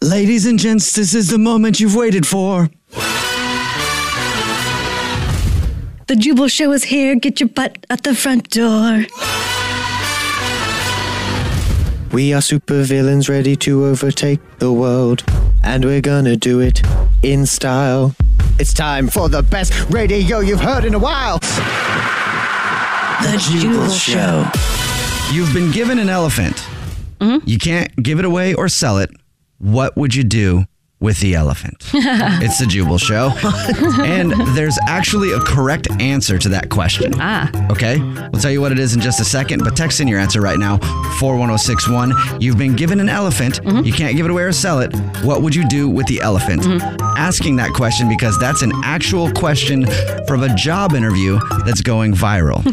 Ladies and gents, this is the moment you've waited for. The Jubal Show is here. Get your butt at the front door. We are supervillains ready to overtake the world, and we're gonna do it in style. It's time for the best radio you've heard in a while. The Jubal Show. Mm-hmm. You've been given an elephant. You can't give it away or sell it. What would you do with the elephant? it's the Jubal Show. and there's actually a correct answer to that question. Ah. Okay? We'll tell you what it is in just a second, but text in your answer right now 41061. You've been given an elephant. You can't give it away or sell it. What would you do with the elephant? Asking that question because that's an actual question from a job interview that's going viral.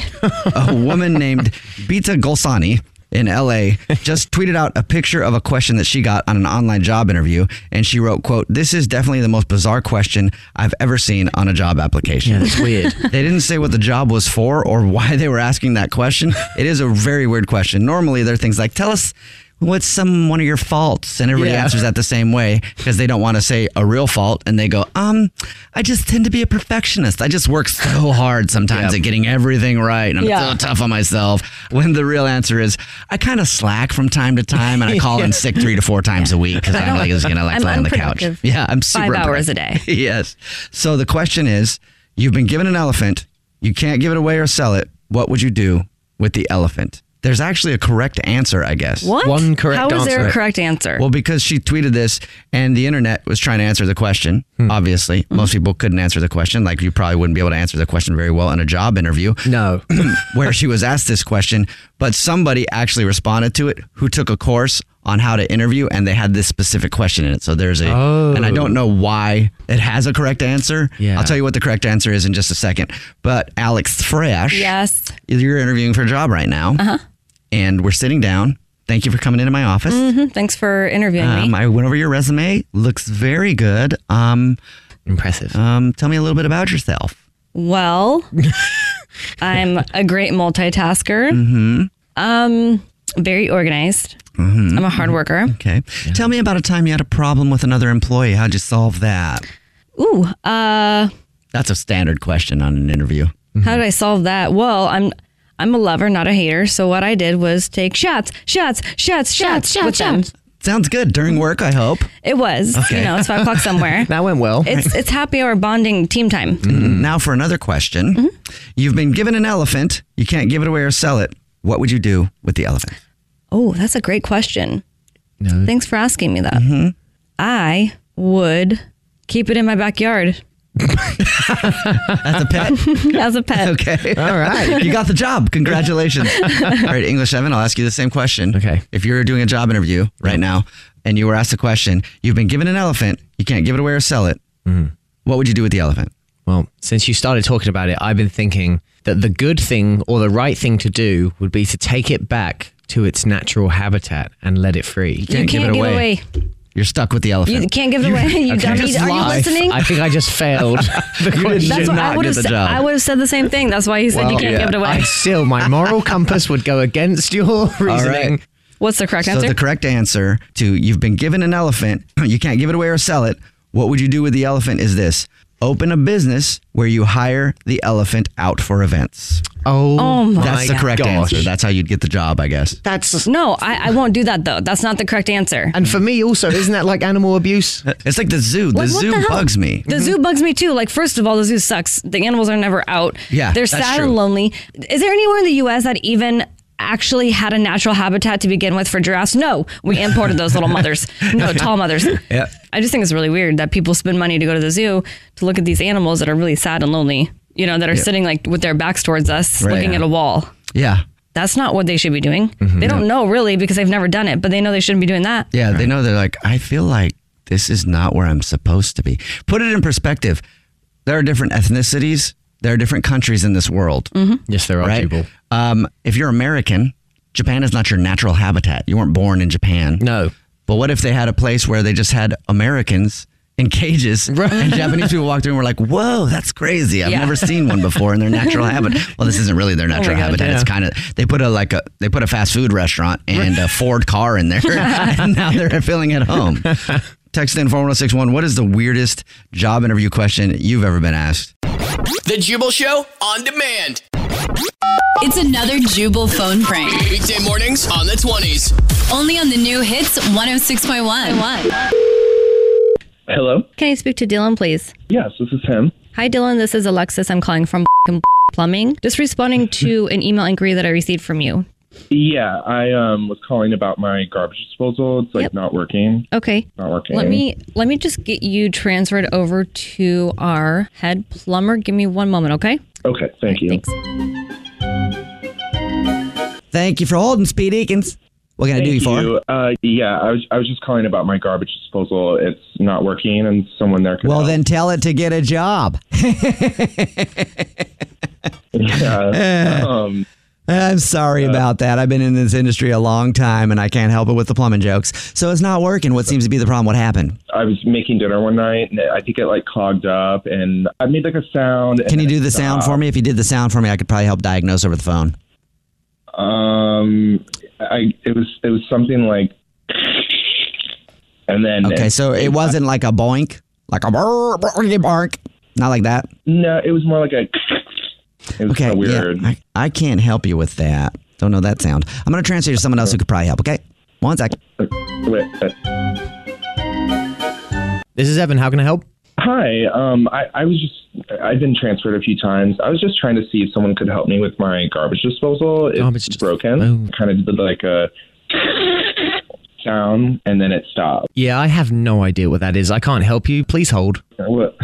a woman named Bita Golsani in LA just tweeted out a picture of a question that she got on an online job interview and she wrote quote this is definitely the most bizarre question I've ever seen on a job application. Yeah, that's weird. they didn't say what the job was for or why they were asking that question. It is a very weird question. Normally there are things like tell us what's some one of your faults and everybody Yeah. answers that the same way because they don't want to say a real fault and they go um I just tend to be a perfectionist. I just work so hard sometimes Yeah. at getting everything right and I'm Yeah. so tough on myself when the real answer is I kind of slack from time to time and I call in sick three to four times a week because I'm like just gonna like I'm lie on the couch. unproductive. Yeah, I'm super Five hours a unproductive. yes. So the question is, you've been given an elephant, you can't give it away or sell it. What would you do with the elephant? There's actually a correct answer, I guess. What? One correct How is there a answer. correct answer? Well, because she tweeted this and the internet was trying to answer the question, Hmm. obviously. Mm-hmm. Most people couldn't answer the question. Like, you probably wouldn't be able to answer the question very well in a job interview No. where she was asked this question, but somebody actually responded to it who took a course on how to interview and they had this specific question in it. So there's a and I don't know why it has a correct answer. Oh. Yeah. I'll tell you what the correct answer is in just a second. But Alex Fresh, yes. you're interviewing for a job right now. Uh-huh. And we're sitting down. Thank you for coming into my office. Mhm. Thanks for interviewing Uh, Um, me. I went over your resume. Looks very good. Um, Impressive. um, tell me a little bit about yourself. Well, I'm a great multitasker. Mm-hmm. Um, very organized. I'm a hard worker. Mm-hmm. Okay. Tell me about a time you had a problem with another employee. How'd you solve that? Ooh, uh, That's a standard question on an interview. Mm-hmm. how did I solve that? Well, I'm I'm a lover, not a hater. So what I did was take shots, shots, shots, shots, shots with them. Sounds good during work, I hope. It was, you know, it's five o'clock somewhere. That went well. It's it's happy hour bonding team time. Mm-hmm. Now for another question. Mm-hmm. You've been given an elephant. You can't give it away or sell it. What would you do with the elephant? Oh, that's a great question. No. Thanks for asking me that. I would keep it in my backyard That's a pet. as a pet. okay. All right. You got the job. Congratulations. All right, English Evan, I'll ask you the same question. Okay. If you're doing a job interview right now and you were asked a question, you've been given an elephant, you can't give it away or sell it. Mm-hmm. What would you do with the elephant? Well, since you started talking about it, I've been thinking that the good thing or the right thing to do would be to take it back to its natural habitat and let it free. You you can't give away. You're stuck with the elephant. You can't give it away. You dummy. Just Are you lie. listening? I think I just failed. the question. That's what I would have said. I would have said the same thing. That's why he said you Well, can't yeah. give it away. I still, my moral compass would go against your reasoning. right. What's the correct so answer? the correct answer to you've been given an elephant, you can't give it away or sell it. What would you do with the elephant is this. Open a business where you hire the elephant out for events. Oh, Oh my That's the correct gosh. answer. That's how you'd get the job, I guess. That's no, I, I won't do that though. That's not the correct answer. and for me also, isn't that like animal abuse? It's like the zoo. The Like, what zoo hell? bugs me. The zoo bugs me too. Like, first of all, the zoo sucks. The animals are never out. Yeah, They're that's sad true. and lonely. Is there anywhere in the US that even actually had a natural habitat to begin with for giraffes? No. We imported those little mothers. No, tall mothers. Yeah. I just think it's really weird that people spend money to go to the zoo to look at these animals that are really sad and lonely, you know, that are sitting like with their backs towards us, Right. looking at a wall. Yeah. That's not what they should be doing. Mm-hmm. They don't know really because they've never done it, but they know they shouldn't be doing that. Yeah. They know they're like, I feel like this is not where I'm supposed to be. Put it in perspective. There are different ethnicities, there are different countries in this world. Mm-hmm. Yes, there are right? people. Um, if you're American, Japan is not your natural habitat. You weren't born in Japan. No. But what if they had a place where they just had Americans in cages and Japanese people walked in and were like, whoa, that's crazy. I've Yeah. Oh never seen one before in their natural habitat. Well, this isn't really their natural God, habitat. It's kind of, they put a, like a, they put a fast food restaurant and a Ford car in there and now they're feeling at home. Text in 41061, what is the weirdest job interview question you've ever been asked? The Jubal Show on demand. It's another Jubal phone prank. Weekday mornings on the 20s. Only on the new hits 106.1. Hello. Can I speak to Dylan, please? Yes, this is him. Hi, Dylan. This is Alexis. I'm calling from plumbing. Just responding to an email inquiry that I received from you. Yeah, I um was calling about my garbage disposal. It's like Yep. not working. Okay. Not working. Let me let me just get you transferred over to our head plumber. Give me one moment, okay? Okay, thank you. Thanks. Thank you for holding, Speed Eakins. What can I do you for? Uh, yeah, I was I was just calling about my garbage disposal. It's not working, and someone there could. Well, help. then tell it to get a job. Yeah. Uh, um, Eh. I'm sorry about that. I've been in this industry a long time and I can't help it with the plumbing jokes. So it's not working. What seems to be the problem? What happened? I was making dinner one night, and I think it like clogged up, and I made like a sound. and Can you then do it the sound stopped. for me? If you did the sound for me, I could probably help diagnose over the phone. Um, I it was it was something like, and then Okay, so it wasn't like a boink, like a bark, bark, not like that. no, it was more like a. It was Okay, kind of yeah, weird. I, I can't help you with that. Don't know that sound. I'm gonna transfer you to someone else who could probably help. Okay, one sec. Wait, uh, This is Evan. How can I help? Hi. Um, I, I was just, I've been transferred a few times. I was just trying to see if someone could help me with my garbage disposal. It's Garbage dis- broken. oh. Kind of did like a sound and then it stopped. Yeah, I have no idea what that is. I can't help you. Please hold. What?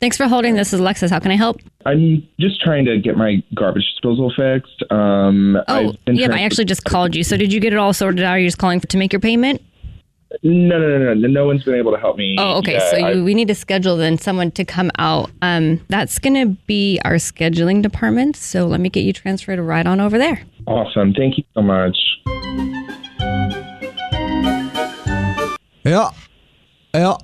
Thanks for holding. This is Alexis. How can I help? I'm just trying to get my garbage disposal fixed. Um, Oh, I've been yeah, but I trans- actually just called you. So did you get it all sorted out? Are you just calling for, to make your payment? No, no, no, no. No one's been able to help me. Oh, okay. yet. so you, I- we need to schedule then someone to come out. Um, that's gonna be our scheduling department. So let me get you transferred right on over there. awesome. Thank you so much. Yeah, yeah,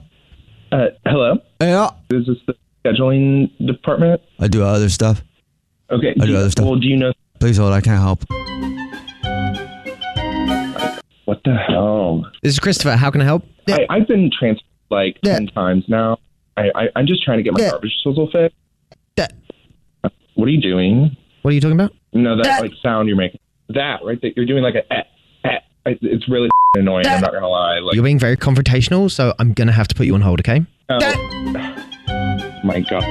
Uh, hello? yeah. Is this the scheduling department? I do other stuff. Okay. I do do you- other stuff. Well, do you know Please hold. I can't help. what the hell? This is Christopher. How can I help? I, I've been transferred like Yeah. ten times now. I, I I'm just trying to get my Yeah. garbage disposal fixed. Yeah. What are you doing? What are you talking about? No, that like sound you're making. That right? That you're doing like a. Eh, eh. I- It's really annoying. I'm not gonna lie. Like, You're being very confrontational, so I'm gonna have to put you on hold. Okay. oh, my god.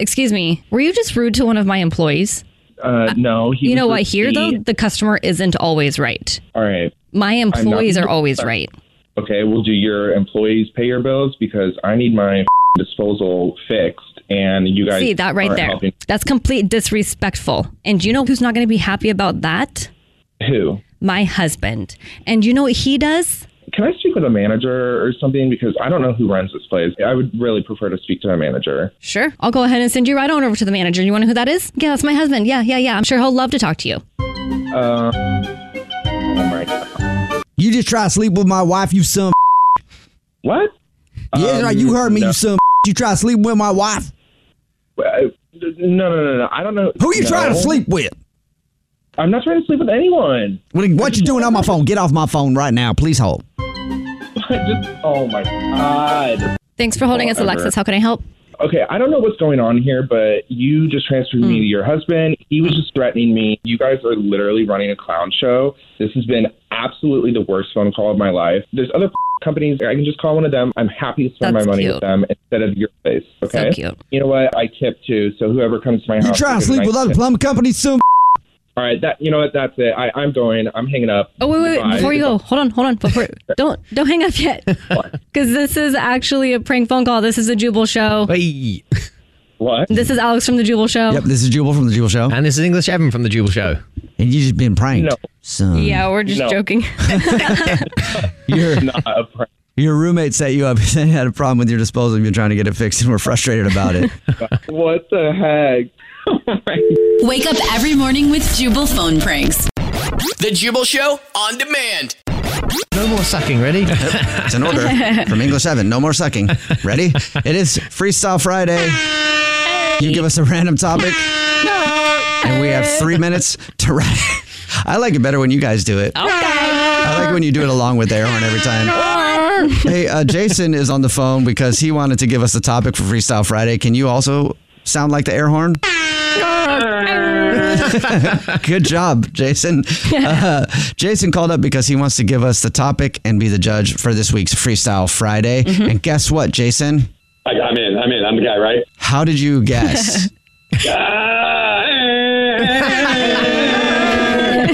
Excuse me. Were you just rude to one of my employees? Uh, no. He You was know what? just Here though, being- the customer isn't always right. All right. My employees are always right. Okay. We'll do your employees pay your bills because I need my disposal fixed, and you guys See that right aren't there. helping. That's complete disrespectful. And you know who's not going to be happy about that? Who? My husband. And you know what he does? Can I speak with a manager or something? Because I don't know who runs this place. I would really prefer to speak to a manager. Sure. I'll go ahead and send you right on over to the manager. You want to know who that is? Yeah, that's my husband. Yeah, yeah, yeah. I'm sure he'll love to talk to you. Uh, oh my God. You just try to sleep with my wife, you son. of What? Um, Yeah, that's right. You heard me, you son. of You try to sleep with my wife. Uh, No, no, no, no. I don't know. Who you No. trying to sleep with? I'm not trying to sleep with anyone. What, what you doing on my phone? Get off my phone right now, please. Hold. Just, oh my God. Thanks for holding us, Whatever. Alexis. How can I help? Okay, I don't know what's going on here, but you just transferred Hmm. me to your husband. He was just threatening me. You guys are literally running a clown show. This has been absolutely the worst phone call of my life. There's other companies. I can just call one of them. I'm happy to spend That's my money cute. with them instead of your place. Okay. cute. You know what? I tip too. So whoever comes to my You house, trying they're to sleep gonna with other tip. plumbing companies, son? of All right. That you know what? That's it. I, I'm going. I'm hanging up. Oh wait, wait, wait! Goodbye. Before you go, hold on, hold on. Before don't don't hang up yet, because this is actually a prank phone call. This is a Jubal show. What? This is Alex from the Jubal show. Yep, this is Jubal from the Jubal Show. And this is English Evan from the Jubal Show. And you just been pranked. No. Yeah, we're just No. joking. Your, your roommate set you up. They had a problem with your disposal. You've been trying to get it fixed, and we're frustrated about it. What the heck? Wake up every morning with Jubal phone pranks. The Jubal Show on demand. No more sucking. Ready? it's an order from English Seven. No more sucking. Ready? It is Freestyle Friday. You give us a random topic, and we have three minutes to write. I like it better when you guys do it. I like it when you do it along with Aaron every time. Hey, uh, Jason is on the phone because he wanted to give us a topic for Freestyle Friday. Can you also sound like the air horn? Good job, Jason. Uh, Jason called up because he wants to give us the topic and be the judge for this week's Freestyle Friday. And guess what, Jason? I, I'm in. I'm in. I'm the guy, right? How did you guess?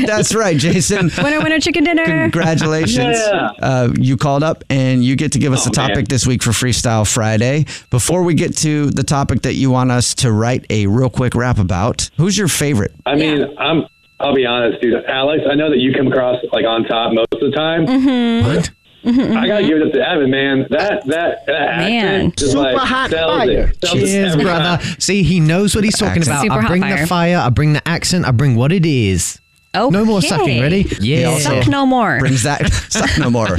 That's right, Jason. winner, winner, chicken dinner. Congratulations. Uh, you called up and you get to Oh, give us the topic this week for Freestyle Friday. Before we get to the topic that you want us to write a real quick rap about, who's your favorite? I mean, I'm. I'll be honest, dude. Alex, I know that you come across like on top most of the time. Mm-hmm. What? I gotta give it up to Evan, man. That that, that Man. actor just Super like hot sells fire. it. Sells it Cheers, every brother. time. See, he knows what he's talking Accent. about. Super I hot bring fire. the fire, I bring the accent, I bring what it is. Oh, No more sucking, ready? Yeah. Suck no more. Brings that suck no more.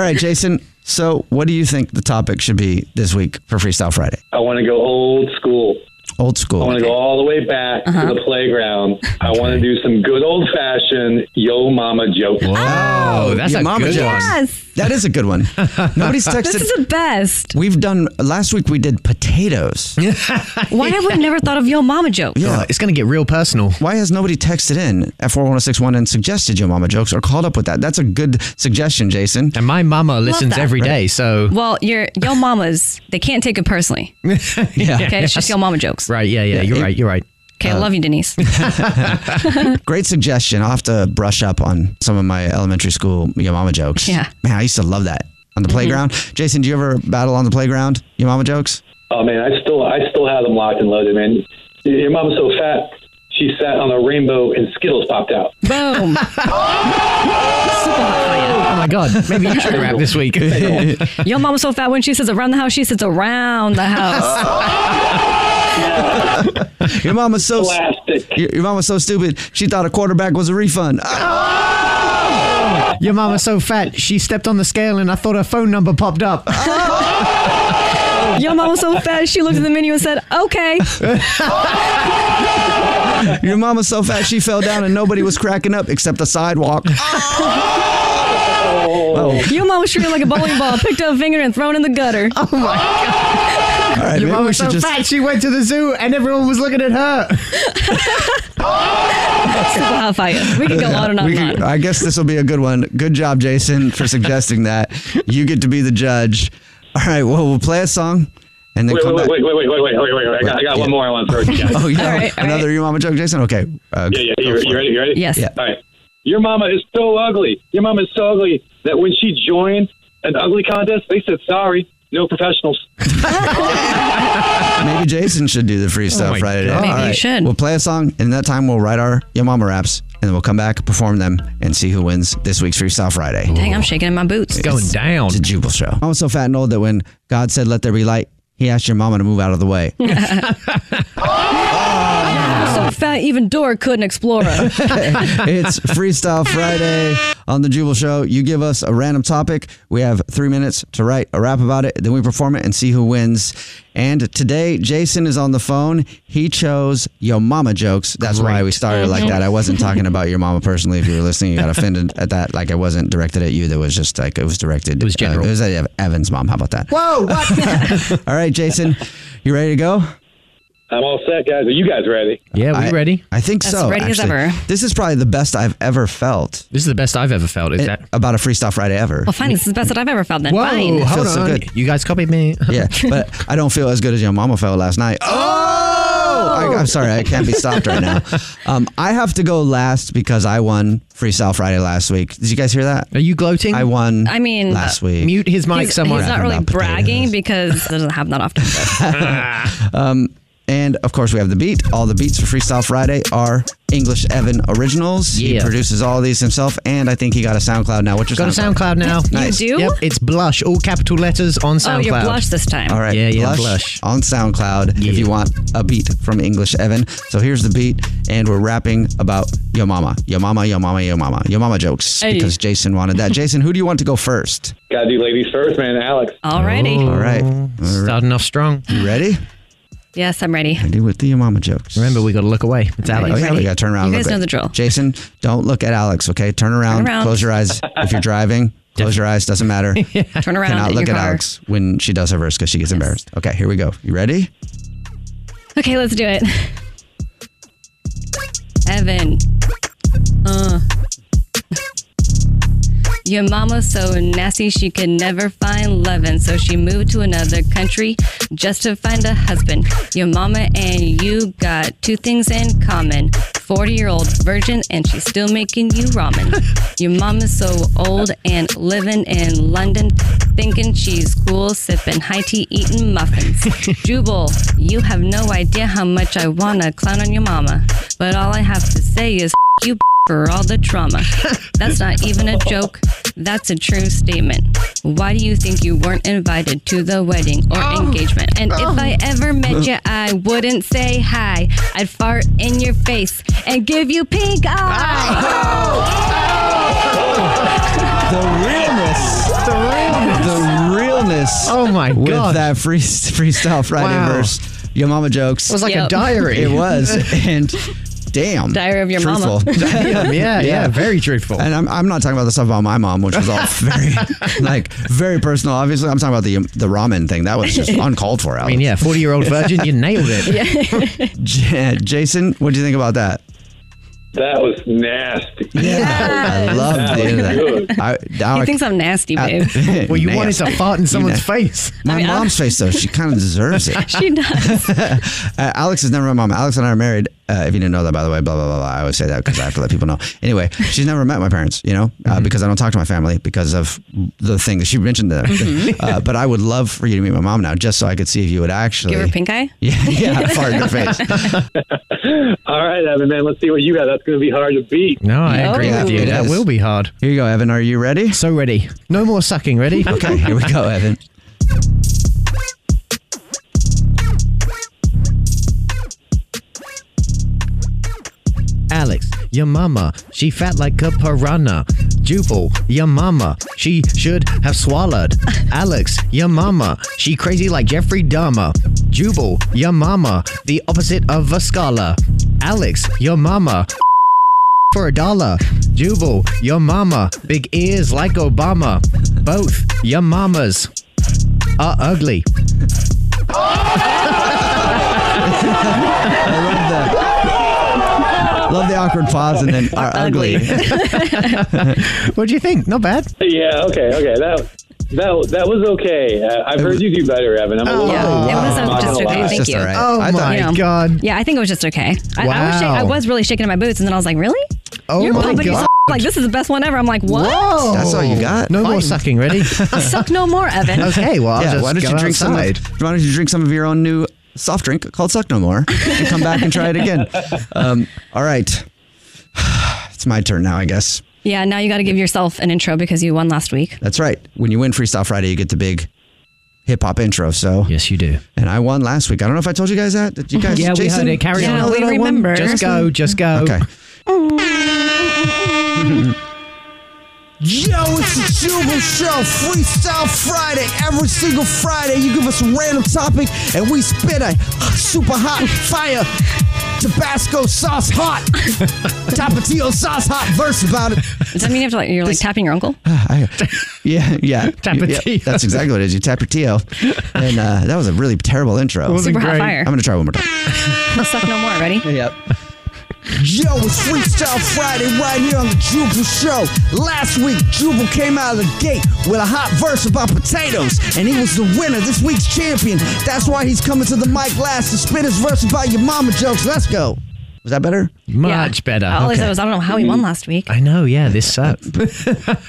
All right, Jason. So, what do you think the topic should be this week for Freestyle Friday? I want to go old school. Old school. I want to go all the way back to the playground. I want to do some good old fashioned yo mama joking. Oh, that's your a mama good jokes. one. Yes. That is a good one. Nobody's texted. This is the best. We've done last week. We did potatoes. Why have we never thought of yo mama joke? Yeah, it's going to get real personal. Why has nobody texted in at 41061 and suggested your mama jokes or called up with that? That's a good suggestion, Jason. And my mama listens that. every day, so Well, your yo mamas, they can't take it personally. yeah. Okay, it's just yo mama jokes. Right, yeah, Uh, yeah, you're right, you're right. Okay, I love you, Denise. Great suggestion. I'll have to brush up on some of my elementary school your mama jokes. Yeah. Man, I used to love that on the playground. Jason, do you ever battle on the playground your mama jokes? Oh man, I still I still have them locked and loaded, man. Your mom's so fat, she sat on a rainbow and Skittles popped out. Boom. Oh my God. Maybe you should rap this week. Yo mama's so fat when she says around the house, she says around the house. Your mama's so Your, your mama's so stupid. She thought a quarterback was a refund. Ah! Your mama's so fat, she stepped on the scale and I thought her phone number popped up. Yo mama's so fat, she looked at the menu and said, okay. Your mama's so fat she fell down and nobody was cracking up except the sidewalk. Oh. Your mom was treated like a bowling ball, picked up a finger and thrown in the gutter. Oh my god. right, Your maybe mom we was so should just- fat she went to the zoo and everyone was looking at her. Super hot fire. We can go on and on. We and can- on. I guess this will be a good one. Good job, Jason, for suggesting that. You get to be the judge. All right, well, we'll play a song and then Wait, come wait, back. wait, wait, wait, wait, wait, wait, wait, wait. I got, I got one more I want to throw at you guys. Oh, yeah. Another Your Mama joke, Jason? Okay. Uh, Yeah, yeah. You, you ready? You ready? Yes. Yeah. All right. Your mama is so ugly. Your mama is so ugly that when she joined an ugly contest, they said sorry, no professionals. Maybe Oh Jason should do the freestyle my Friday. God. All Maybe you We'll play a song, and that time we'll write our Your Mama raps, and then we'll come back, perform them, and see who wins this week's Freestyle Friday. Dang, I'm shaking in my boots. down. It's a Jubal show. I was so fat and old that when God said, "Let there be light," He asked your mama to move out of the way. so fat, even Dora couldn't explore it. it's Freestyle Friday on the Jubal Show. You give us a random topic. We have three minutes to write a rap about it. Then we perform it and see who wins. And today, Jason is on the phone. He chose yo mama jokes. That's why we started like that. I wasn't talking about your mama personally. If you were listening, you got offended at that. Like I wasn't directed at you. That was just like it was directed. It was general. it was at Ev- Evan's mom. How about that? Whoa, what? All right, Jason, you ready to go? I'm all set, guys. Are you guys ready? Yeah, we ready. I think As so. ready as actually. ever. This is probably the best I've ever felt. This is the best I've ever felt. Is that about a Freestyle Friday ever? Well, fine. This is the best that I've ever found. Then fine. It feels so good. You guys copied me. yeah, but I don't feel as good as your mama felt last night. Oh, I, am sorry. I can't be stopped right now. Um, I have to go last because I won Freestyle Friday last week. Did you guys hear that? Are you gloating? I won. I mean, last week. Mute his He's, he's not really bragging because it doesn't happen that often. um, and of course, we have the beat. All the beats for Freestyle Friday are English Evan originals. He Yeah. produces all these himself, and I think he got a SoundCloud now. What's your Got a SoundCloud? SoundCloud now. Nice. do? Yep, it's Blush, all capital letters on SoundCloud. Oh, you're Blush this time. All right. Yeah, yeah, Blush, Blush. on SoundCloud if you want a beat from English Evan. So here's the beat, and we're rapping about your mama, your mama, your mama, your mama, your mama jokes Hey. because Jason wanted that. Jason, who do you want to go first? Gotta do ladies first, man. Alex. Alrighty. All right. Starting off strong. You ready? Yes, I'm ready. Ready with the your mama jokes. Remember, we got to look away. It's Alex. Oh, yeah, we Ready. got to turn around. You a guys little know bit. the drill. Jason, don't look at Alex, okay? Turn around. around. Close your eyes if you're driving. Close your eyes. Doesn't matter. Turn around Cannot in look your at car. Alex when she does her verse because she gets embarrassed. Okay, here we go. You ready? Okay, let's do it. Evan. Uh. Your mama's so nasty she could never find lovin', so she moved to another country just to find a husband. Your mama and you got two things in common. 40 year old virgin, and she's still making you ramen. Your mama's so old and living in London, thinking she's cool, sipping high tea, eating muffins. Jubal, you have no idea how much I wanna clown on your mama, but all I have to say is F- you for all the trauma. That's not even a joke. That's a true statement. Why do you think you weren't invited to the wedding or Oh. engagement? And if I ever met you, I wouldn't say hi. I'd fart in your face and give you pink eye. The realness. The realness. Oh. The realness. Oh my god. With that free, freestyle Friday Wow. verse, your mama jokes. It was like a Yep. diary. It was, and damn. Diary of your truthful. mama. Damn, yeah, yeah, very truthful. And I'm, I'm not talking about the stuff about my mom, which was all very, like, very personal. Obviously, I'm talking about the the ramen thing. That was just uncalled for. Alex. I mean, yeah, 40 year old virgin, you nailed it. J- Jason, what do you think about that? That was nasty. Uh, I love the end of that. I, now I- He thinks I'm nasty, Uh, babe. Well, you wanted Nasty. to fart in You someone's na- face. My mom's face, though, she kind of deserves it. she does. uh, Alex has never met my mom. Alex and I are married. Uh, if you didn't know that, by the way, blah, blah, blah, blah. I always say that because I have to let people know. Anyway, she's never met my parents, you know, uh, because I don't talk to my family because of the thing that she mentioned there. Mhm. Uh, but I would love for you to meet my mom now just so I could see if you would actually. Give her pink eye? Yeah, yeah, fart in her face. All right, Evan, man. Let's see what you got. That's gonna be hard to beat. No, I agree Yeah, with you. it That is. will be hard. Here you go, Evan. Are you ready? So ready. No more sucking. Ready? Okay, here we go, Evan. Alex, your mama, she fat like a piranha. Jubal, your mama, she should have swallowed. Alex, your mama, she crazy like Jeffrey Dahmer. Jubal, your mama, the opposite of a scholar. Alex, your mama, for a dollar. Jubal, your mama, big ears like Obama. Both your mamas are ugly. Love the awkward pause and then are ugly. what do you think? Not bad. Yeah. Okay. Okay. That that that was okay. Uh, I've heard you do better, Evan. I'm a little. Oh, Yeah, it was I'm not um, just gonna okay. lie. Thank you. Oh I thought- my god. Yeah, I think it was just okay. I, I, was shak- Wow. I was really shaking in my boots, and then I was like, really? Oh You're my pumping God. yourself Like this is the best one ever. I'm like, what? That's Oh. all you got? No more Fine. sucking. Ready? Suck no more, Evan. yeah, why don't you drink some? Of, why don't you drink some of your own new soft drink called Suck No More and come back and try it again? Um, all right, it's It's my turn now, I guess. Yeah, now you got to give yourself an intro because you won last week. That's right. When you win Freestyle Friday, you get the big hip hop intro. So yes, you do. And I won last week. I don't know if I told you guys that. Did you guys? Yeah, we Jason? heard it. Carry Did you on. know that I won? Just go. Just go. Okay. Yo, it's the Jubal Show, Freestyle Friday. Every single Friday, you give us a random topic, and we spit a super hot fire Tabasco sauce hot Tapatio sauce hot verse about it. Does that mean you have to like you're like tapping your uncle? Ah, I- yeah, yeah. Tapatio. Yeah, that's exactly what it is. You tap your TO. And uh, that was a really terrible intro. It wasn't Super hot great. fire. I'm going to try one more time. Let's suck no more. Ready? Yep. Yo, it's Freestyle Friday right here on the Jubal Show. Last week, Jubal came out of the gate with a hot verse about potatoes, and he was the winner, this week's champion. That's why he's coming to the mic last to spit his verse about your mama jokes. Let's go. Was that better? Much better. All I said was I don't know how he won last week. I know. Yeah, this sucks.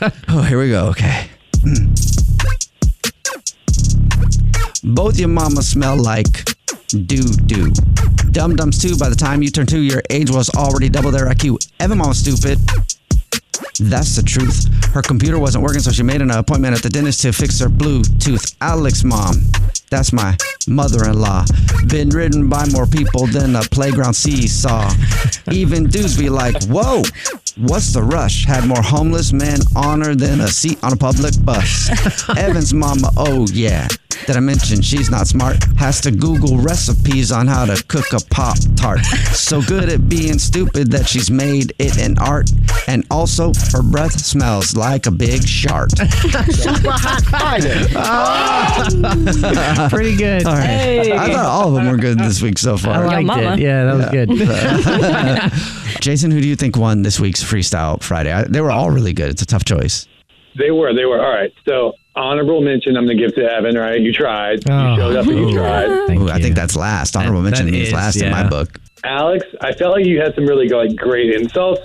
oh, here we go. Okay. Both your mamas smell like doo doo. Dum dums too. By the time you turn two, your age was already double their IQ. Evan mama stupid. That's the truth. Her computer wasn't working, so she made an appointment at the dentist to fix her Bluetooth. Alex mom. That's my mother-in-law. Been ridden by more people than a playground seesaw. Even dudes be like, whoa, what's the rush? Had more homeless men on her than a seat on a public bus. Evan's mama, oh yeah. Did I mention she's not smart? Has to Google recipes on how to cook a Pop Tart. So good at being stupid that she's made it an art. And also, her breath smells like a big shark. Super hot fire. Pretty good. Hey. I thought all of them were good this week so far. I Yo, liked it. mama. Yeah, that was good. Jason, who do you think won this week's Freestyle Friday? I, they were all really good. It's a tough choice. They were. They were. All right. So honorable mention I'm going to give to Evan, right? You tried. You showed up and you tried. Oh. Ooh, I think that's last. Honorable mention means last in my book. Alex, I felt like you had some really like great insults,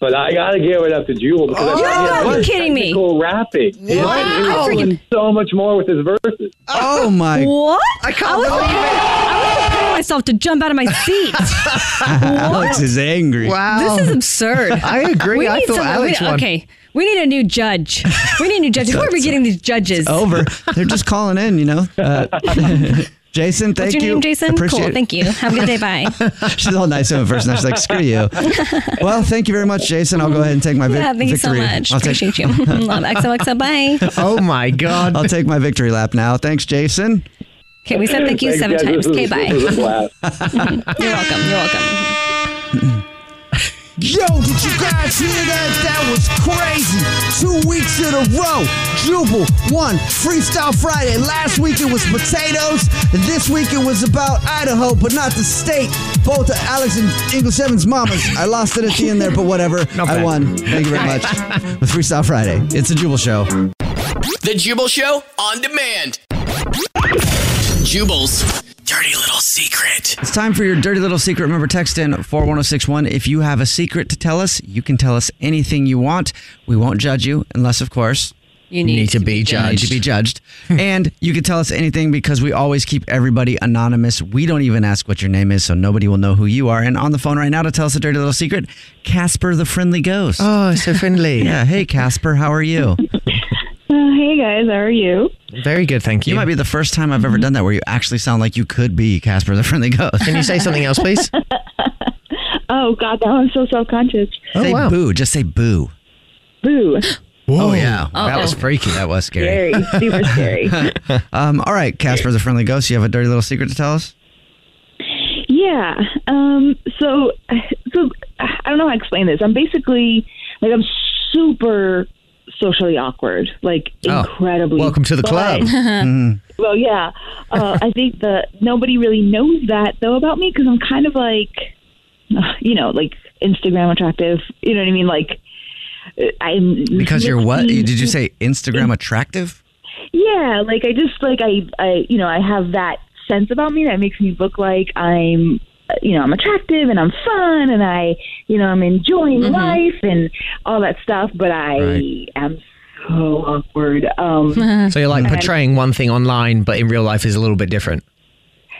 but I got to give it up to Jewel because I You're thought he had gotta be really kidding me. technical rapping. He was- Wow. he was I freaking- doing so much more with his verses. Oh my! What? I can't I was believe I was preparing myself to jump out of my seat. Alex is angry. This is absurd. I agree. We I need thought someone- Alex we, won. Okay. We need a new judge. We need a new judge. Who are we getting these judges? It's over. They're just calling in, you know. Uh, Jason, What's thank your you. name, Jason? Appreciate cool. it. Thank you. Have a good day. Bye. She's all nice to him first, and she's like, "Screw you." Well, thank you very much, Jason. I'll go ahead and take my vic- yeah, thank you so victory. much. I'll take- Appreciate you. Love XOXO. Bye. oh my god! I'll take my victory lap now. Thanks, Jason. Okay, we said thank you Thanks, seven guys. times. This Okay, was- bye. this was a Mhm. You're welcome. You're welcome. Yo, did you guys hear that? That was crazy. Two weeks in a row, Jubal won Freestyle Friday. Last week it was potatoes, and this week it was about Idaho, but not the state. Both of Alex and English Evans' mamas. I lost it at the end there, but whatever. I won. Thank you very much. With Freestyle Friday, it's a Jubal show. The Jubal Show on demand. Jubal's dirty little secret. It's time for your dirty little secret. Remember, text in 41061. If you have a secret to tell us, you can tell us anything you want. We won't judge you, unless, of course, you need, to, be judged. You need to be judged. and you can tell us anything because we always keep everybody anonymous. We don't even ask what your name is, so nobody will know who you are. And on the phone right now to tell us a dirty little secret, Casper the friendly ghost. Oh, so friendly. yeah. Hey, Casper, how are you? Uh, hey guys, how are you? Very good, thank you. You might be the first time I've ever done that where you actually sound like you could be Casper the friendly ghost. Oh, Can you say something else, please? Oh God, now I'm so self conscious. say boo. Just say boo. Boo. Oh yeah, that Uh-oh. was freaky. That was scary. Scary. Super scary. um, all right, Casper the friendly ghost. You have a dirty little secret to tell us. Yeah. Um. So, so I don't know how to explain this. I'm basically like I'm super socially awkward, like Oh. incredibly. Welcome to the But- club. Mhm. Well, yeah. Uh, I think that nobody really knows that though about me because I'm kind of like, you know, like Instagram attractive. You know what I mean? Like, uh, I'm Because you're what? Mm-hmm. Did you say Instagram attractive? Yeah, like I just like I I you know I have that sense about me that makes me look like I'm uh, you know I'm attractive and I'm fun and I you know I'm enjoying Mm-hmm. life and all that stuff, but I am so awkward. Um, so you're like and I- portraying one thing online, but in real life is a little bit different.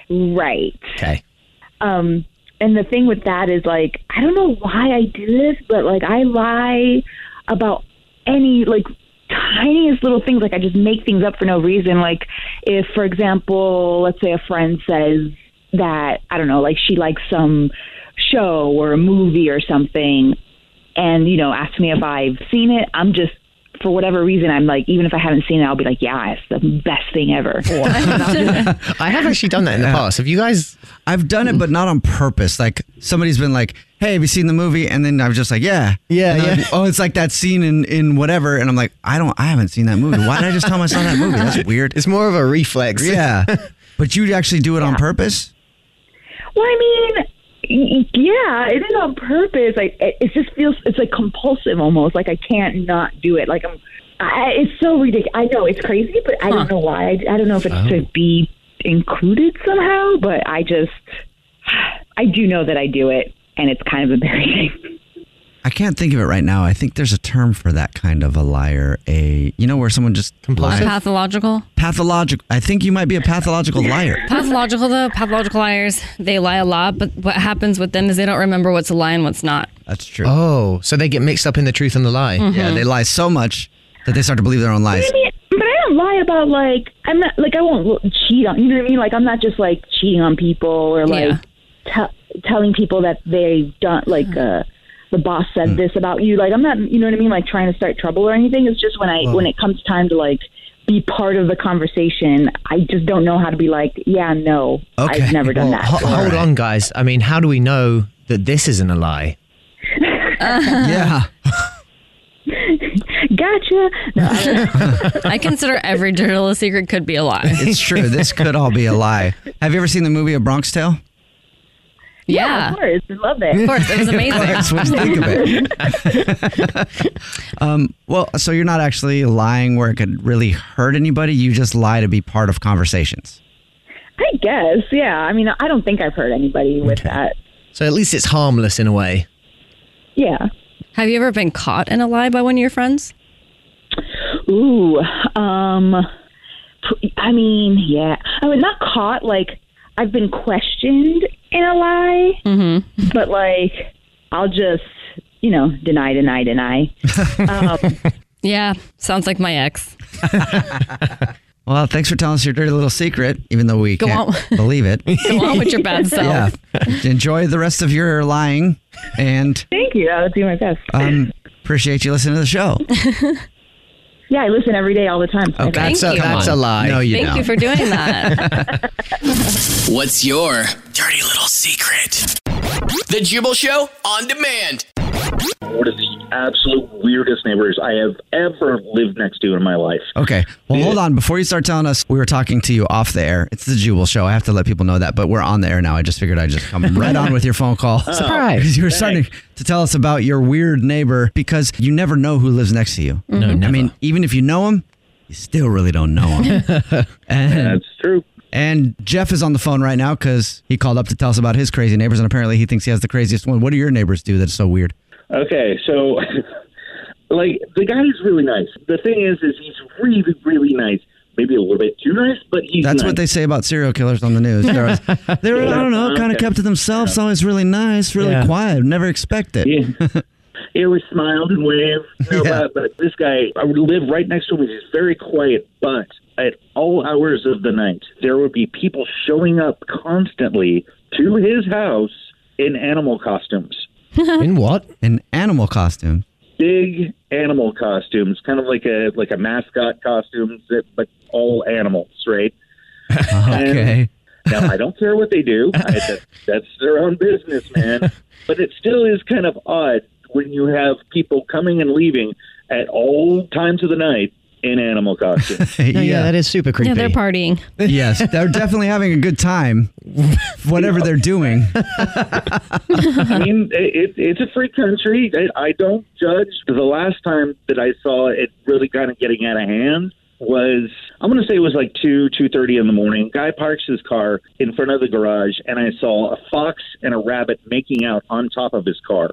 right? Okay. Um, and the thing with that is like I don't know why I do this, but like I lie about any like tiniest little things. Like I just make things up for no reason. Like if, for example, let's say a friend says that I don't know, like she likes some show or a movie or something, and you know asks me if I've seen it, I'm just for whatever reason, I'm like, even if I haven't seen it, I'll be like, yeah, it's the best thing ever. I have actually done that in the past. Have you guys? I've done it, but not on purpose. Like somebody's been like, "Hey, have you seen the movie?" And then I'm just like, "Yeah, yeah, yeah." Oh, it's like that scene in in whatever, and I'm like, "I don't, I haven't seen that movie. Why did I just tell myself that movie? That's weird." It's more of a reflex. Yeah, but you actually do it on purpose. Well, I mean, y- yeah, it is on purpose. Like it, it just feels it's like compulsive almost. Like I can't not do it. Like I'm. I, it's so ridiculous. I know it's crazy, but I don't know why. I, I don't know if it's to be included somehow, but I just I do know that I do it, and it's kind of embarrassing. I can't think of it right now. I think there's a term for that kind of a liar. A you know where someone just lies. Pathological. pathological. I think you might be a pathological liar. Pathological though, pathological liars, they lie a lot, but what happens with them is they don't remember what's a lie and what's not. That's true. Oh, so they get mixed up in the truth and the lie. Mhm. Yeah, they lie so much that they start to believe their own lies. I mean, but I don't lie about like I'm not like I won't l- cheat on you know what I mean. Like I'm not just like cheating on people or like te- telling people that they don't like uh, the boss said Mm. this about you. Like I'm not you know what I mean. Like trying to start trouble or anything. It's just when I Wow. when it comes time to like be part of the conversation, I just don't know how to be like yeah no. I've never done Well, that. ho- hold on, guys. I mean, how do we know that this isn't a lie? Uh-huh. yeah. gotcha. No, I consider every journal a secret could be a lie. It's true. This could all be a lie. Have you ever seen the movie A Bronx Tale? Yeah. Of course. I love it. Of course. It was amazing. Of course, what'd you think of Um, well, so you're not actually lying where it could really hurt anybody. You just lie to be part of conversations. I guess yeah. I mean I don't think I've hurt anybody with that. So at least it's harmless in a way. Yeah. Have you ever been caught in a lie by one of your friends? Ooh, um, pr- I mean, yeah, I mean, not caught. Like, I've been questioned in a lie, mm-hmm. but like, I'll just, you know, deny, deny, deny. um, Yeah. Sounds like my ex. Well, thanks for telling us your dirty little secret, even though we Go can't on. believe it. Go on with your bad self. Yeah. Enjoy the rest of your lying and thank you. I'll do my best. um, appreciate you listening to the show. yeah, I listen every day, all the time. Okay. That's a- Come that's on. a lie. No, you Thank don't. you for doing that. What's your dirty little secret? The Jubal Show on demand. One of the absolute weirdest neighbors I have ever lived next to in my life. Okay. Well, hold on. Before you start telling us, we were talking to you off the air. It's the Jubal Show. I have to let people know that, but we're on the air now. I just figured I'd just come right on with your phone call. Oh, Surprise. You were starting to tell us about your weird neighbor because you never know who lives next to you. No, Mhm. I mean, even if you know him, you still really don't know him. That's true. And Jeff is on the phone right now because he called up to tell us about his crazy neighbors, and apparently he thinks he has the craziest one. What do your neighbors do that's so weird? Okay, so like the guy is really nice. The thing is, is he's really, really nice. Maybe a little bit too nice, but he's That's nice. what they say about serial killers on the news. They're, always- they're I don't know, kind of kept to themselves, always really nice, really Yeah. quiet. Never expect it. He always smiled and waved. You know, but, but this guy, I would live right next to him. He's very quiet, but at all hours of the night, there would be people showing up constantly to his house in animal costumes. In what? An animal costume. Big animal costumes, kind of like a like a mascot costumes, that, but all animals, right? Okay. Now I don't care what they do; I, that, that's their own business, man. But it still is kind of odd when you have people coming and leaving at all times of the night in animal costumes. No, yeah. that is super creepy. Yeah, they're partying. yes, they're definitely having a good time, whatever they're doing. I mean, it, it, it's a free country. I, I don't judge. The last time that I saw it really kind of getting out of hand was I'm going to say it was like two two thirty in the morning. Guy parks his car in front of the garage, and I saw a fox and a rabbit making out on top of his car.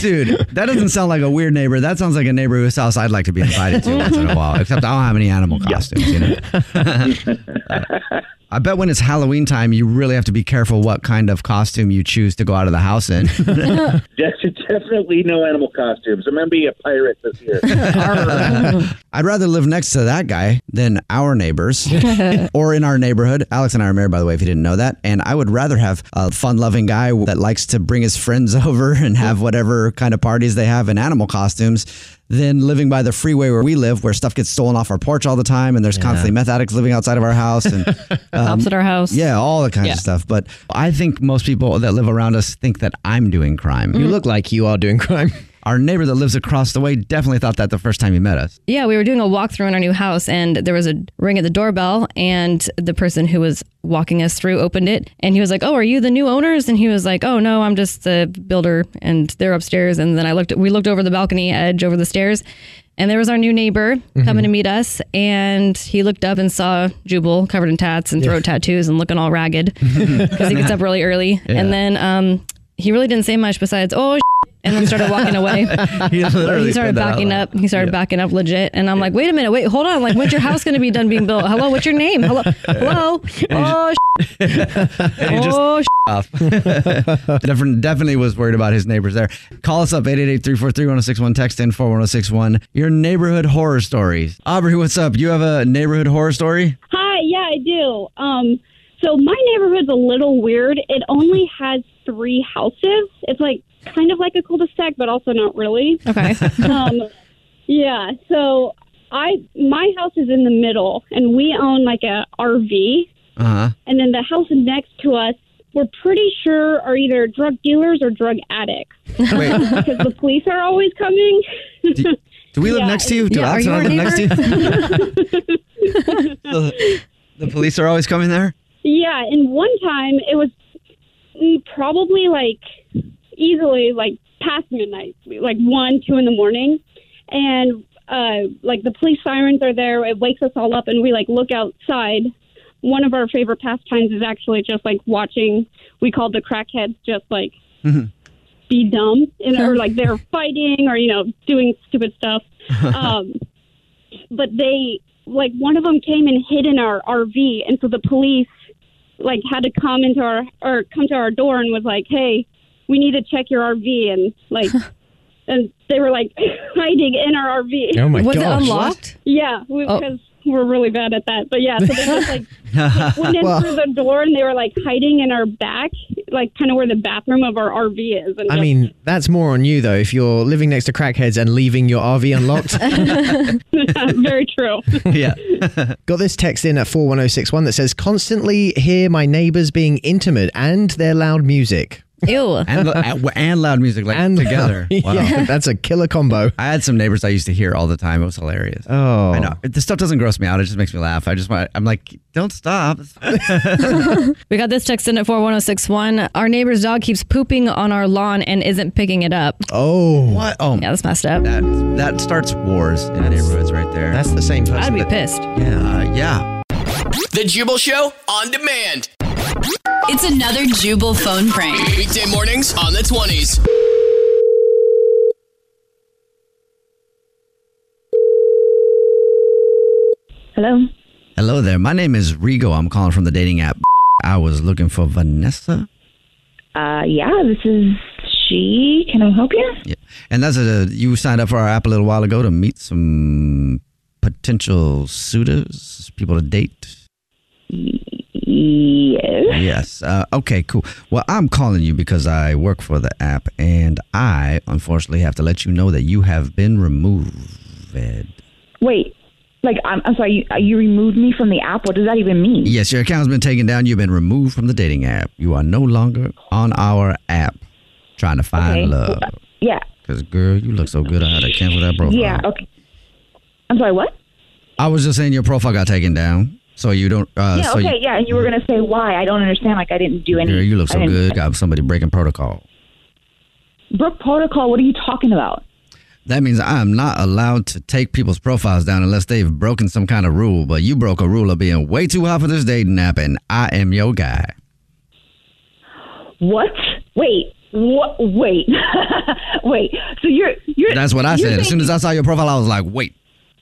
Dude, that doesn't sound like a weird neighbor. That sounds like a neighbor whose house I'd like to be invited to once in a while, except I don't have any animal costumes, you know? I bet when it's Halloween time, you really have to be careful what kind of costume you choose to go out of the house in. Yes, definitely no animal costumes. I'm going to be a pirate this year. I'd rather live next to that guy than our neighbors or in our neighborhood. Alex and I are married, by the way, if you didn't know that. And I would rather have a fun loving guy that likes to bring his friends over and have whatever kind of parties they have in animal costumes than living by the freeway where we live, where stuff gets stolen off our porch all the time and there's constantly meth addicts living outside of our house and um, Cops at our house. Yeah, all the kinds Yeah. of stuff. But I think most people that live around us think that I'm doing crime. You Mhm. look like you are doing crime. Our neighbor that lives across the way definitely thought that the first time he met us. Yeah, we were doing a walkthrough in our new house, and there was a ring at the doorbell, and the person who was walking us through opened it, and he was like, "Oh, are you the new owners?" And he was like, "Oh no, I'm just the builder." And they're upstairs, and then I looked. We looked over the balcony edge over the stairs, and there was our new neighbor Mm-hmm. coming to meet us, and he looked up and saw Jubal covered in tats and throat tattoos and looking all ragged because he gets up really early, Yeah. and then um, he really didn't say much besides, "Oh." And then started walking away. He literally He started said that out backing up. loud. He started backing up legit, and I'm like, wait a minute, wait, hold on. Like, when's your house going to be done being built? Hello, what's your name? Hello, hello. Oh, And he just Oh, off. Defin- definitely was worried about his neighbors there. Call us up 888-343-1061, text in 41061. Your neighborhood horror stories. Aubrey, what's up? You have a neighborhood horror story? Hi, yeah, I do. Um, so my neighborhood's a little weird. It only has three houses. It's like kind of like a cul-de-sac, but also not really. Okay. um, yeah. So I my house is in the middle, and we own like a RV, Uh-huh. and then the house next to us. We're pretty sure are either drug dealers or drug addicts because the police are always coming. Do we live next to you? Do Alex and I live next to you? the, the police are always coming there? Yeah, and one time it was mm, probably like easily like past midnight, like one, two in the morning, and uh, like the police sirens are there. It wakes us all up, and we like look outside. One of our favorite pastimes is actually just like watching. We call the crackheads just like be dumb, and, or like they're fighting, or you know doing stupid stuff. Um, but they like one of them came and hid in our RV, and so the police like had to come into our or come to our door and was like, "Hey, we need to check your RV," and like, and they were like hiding in our RV. Oh, my Was it gosh. unlocked? Yeah, Oh. because we're really bad at that. But yeah, so they just like went in Well- through the door and they were like hiding in our back, like kind of where the bathroom of our RV is. And I just- mean, that's more on you though. If you're living next to crackheads and leaving your RV unlocked. very true. yeah. Got this text in at 41061 that says constantly hear my neighbors being intimate and their loud music. Ew. And, uh, and loud music like together. Wow. Yeah, that's a killer combo. I had some neighbors I used to hear all the time. It was hilarious. Oh. I know. This stuff doesn't gross me out. It just makes me laugh. I just want, I'm like, don't stop. oh." we got this text in at 41061. Our neighbor's dog keeps pooping on our lawn and isn't picking it up. Oh. What? Oh. Yeah, that's messed up. That, that starts wars in neighborhoods right there. That's the same person. I'd be pissed. Yeah. Uh, yeah. The Jubal Show on demand. It's another Jubal phone prank. Weekday mornings on the 20s. Hello. Hello there. My name is Rigo. I'm calling from the dating app. I was looking for Vanessa. Uh, yeah, this is she. Can I help you? Yeah. And that's a, you signed up for our app a little while ago to meet some potential suitors, people to date. Yes. Yes. Uh, okay, cool. Well, I'm calling you because I work for the app and I unfortunately have to let you know that you have been removed. Wait. Like, I'm, I'm sorry. You, you removed me from the app. What does that even mean? Yes, your account's been taken down. You've been removed from the dating app. You are no longer on our app trying to find Okay. love. Yeah. Because, girl, you look so good. I had to cancel that profile. Yeah. Okay. I'm sorry. What? I was just saying your profile got taken down. So you don't. Uh, yeah. so Okay. You, yeah. And you were gonna say why? I don't understand. Like, I didn't do anything. Girl, you look so good. Got somebody breaking protocol. Brooke Protocol. What are you talking about? That means I am not allowed to take people's profiles down unless they've broken some kind of rule. But you broke a rule of being way too hot for this dating app, and I am your guy. What? Wait. What? Wait. wait. So you're you're. That's what I you're said. As saying- soon as I saw your profile, I was like, wait,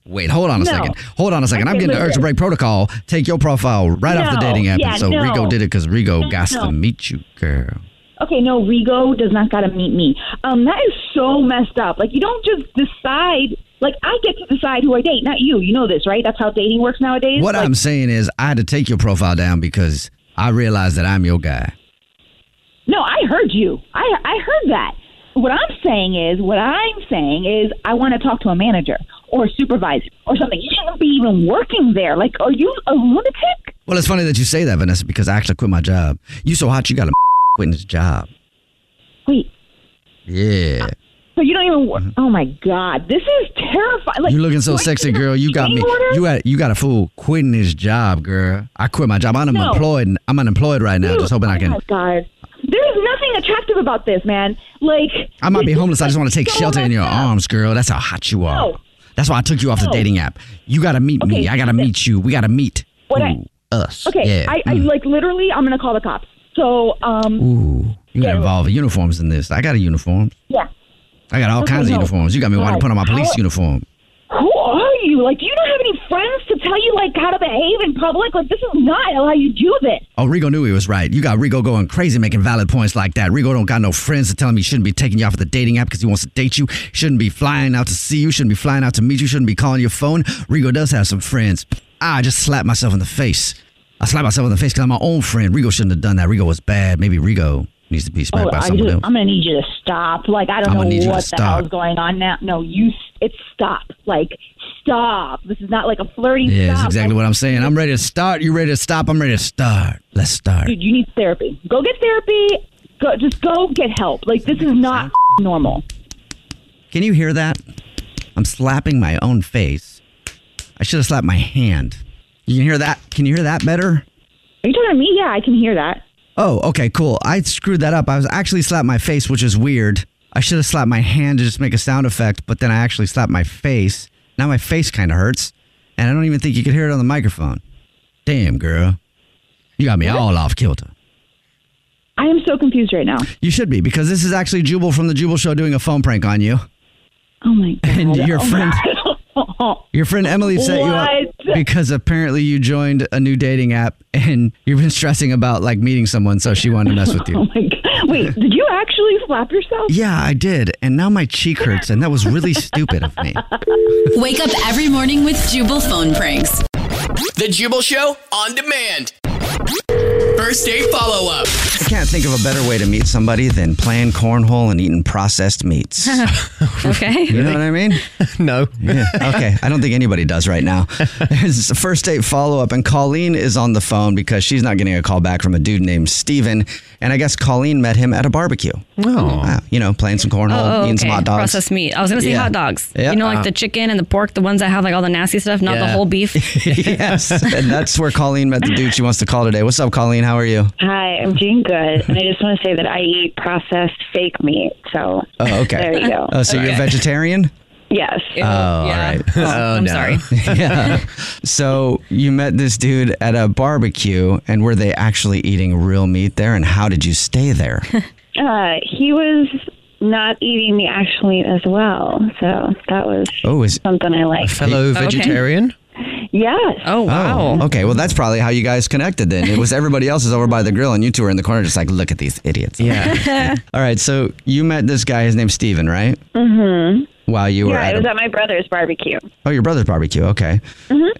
Wait, hold on a No. second. Hold on a second. I'm Okay, getting the urge to listen. break protocol. Take your profile right off No. the dating app. Yeah, and so no. Rigo did it because Rigo No, got no. to meet you, girl. Okay, no, Rigo does not gotta meet me. Um, that is so messed up. Like you don't just decide. Like I get to decide who I date, not you. You know this, right? That's how dating works nowadays. What Like, I'm saying is, I had to take your profile down because I realized that I'm your guy. No, I heard you. I I heard that. What I'm saying is, what I'm saying is, I want to talk to a manager or a supervisor or something. You shouldn't be even working there. Like, are you a lunatic? Well, it's funny that you say that, Vanessa, because I actually quit my job. You so hot, you got to quit his job. Wait. Yeah. So you don't even work. Oh my God, this is terrifying. Like you Mm-hmm. looking so what- sexy, girl. You got me. restraining order? You had, you got a fool quitting his job, girl. I quit my job. I'm No. unemployed. I'm unemployed right now. Dude, Just hoping I Oh can. my God, there is nothing attractive about this, man. Like, I might be homeless. I just want to take shelter in your arms, girl. That's how hot you are. No. That's why I took you off the No. dating app. You got to meet me. I got to meet you. We got to meet. What I- Ooh, us. okay, Yeah. mm. I, I like literally, I'm gonna call the cops. So, um, Ooh, you gonna involve uniforms in this? I got a uniform. yeah. I got all Okay, kinds of no. uniforms. You got me wanting to put on my How- police uniform. Who are you? Like, do you not have any friends to tell you like how to behave in public? Like, this is not how you do this. Oh, Rigo knew he was right. You got Rigo going crazy making valid points like that. Rigo don't got no friends to tell him he shouldn't be taking you off of the dating app because he wants to date you. Shouldn't be flying out to see you. Shouldn't be flying out to meet you. Shouldn't be calling your phone. Rigo does have some friends. Ah, I just slapped myself in the face. I slapped myself in the face because I'm my own friend. Rigo shouldn't have done that. Rigo was bad. Maybe Rigo needs to be smacked Oh, by I'm, someone just, else. I'm gonna need you to stop. Like, I don't I'm know gonna need you to what the hell stop. is going on now. No, you. It's stop. Like, stop. This is not like a flirting. Yeah, that's stop. exactly what I'm saying. I'm ready to start. You ready to stop? I'm ready to start. Let's start. Dude, you need therapy. Go get therapy. Go, just go get help. Like, this is not normal. Can you hear that? I'm slapping my own face. I should have slapped my hand. You can hear that? Can you hear that better? Are you talking to me? Yeah, I can hear that. Oh, okay, cool. I screwed that up. I was actually slapped my face, which is weird. I should have slapped my hand to just make a sound effect, but then I actually slapped my face. Now my face kind of hurts, and I don't even think you could hear it on the microphone. Damn, girl. You got me all off kilter. I am so confused right now. You should be, because this is actually Jubal from The Jubal Show doing a phone prank on you. Oh my god. And your Oh my friend. God. Your friend Emily set you What? up because apparently you joined a new dating app and you've been stressing about like meeting someone, so she wanted to mess with Oh you. my god. Wait, did you actually slap yourself? Yeah, I did. And now my cheek hurts, and that was really stupid of me. Wake up every morning with Jubal phone pranks. The Jubal Show on demand. First date follow up. I can't think of a better way to meet somebody than playing cornhole and eating processed meats. okay. Oh, You know what I mean? no. Okay. I don't think anybody does right now. It's a first date follow up, and Colleen is on the phone because she's not getting a call back from a dude named Steven. And I guess Colleen met him at a barbecue. Oh. you know, playing some cornhole, Oh, eating okay. some hot dogs. Processed meat. I was gonna say Yeah. hot dogs. Yeah. You know, like Uh, the chicken and the pork, the ones that have like all the nasty stuff, not the Yeah. whole beef. Uh-huh. yes. And that's where Colleen met the dude she wants to call today. What's up, Colleen? How are you? Hi, I'm doing good, and I just want to say that I eat processed fake meat. So Oh, okay. there you go. Oh, so you're Okay. vegetarian? Yes. Oh, all right. Oh, I'm sorry. yeah. So you met this dude at a barbecue, and were they actually eating real meat there? And how did you stay there? Uh, he was not eating the actual meat as well, so that was Oh, is something I liked. Oh, Yes. Oh Oh, okay. Well, that's probably how you guys connected then. It was everybody else is over by the grill, and you two are in the corner, just like, look at these idiots. Yeah. all right. So you met this guy. His name's Steven, right? Mm-hmm. While you were yeah, at it was a- at my brother's barbecue. Mm-hmm. oh your brother's barbecue. Okay.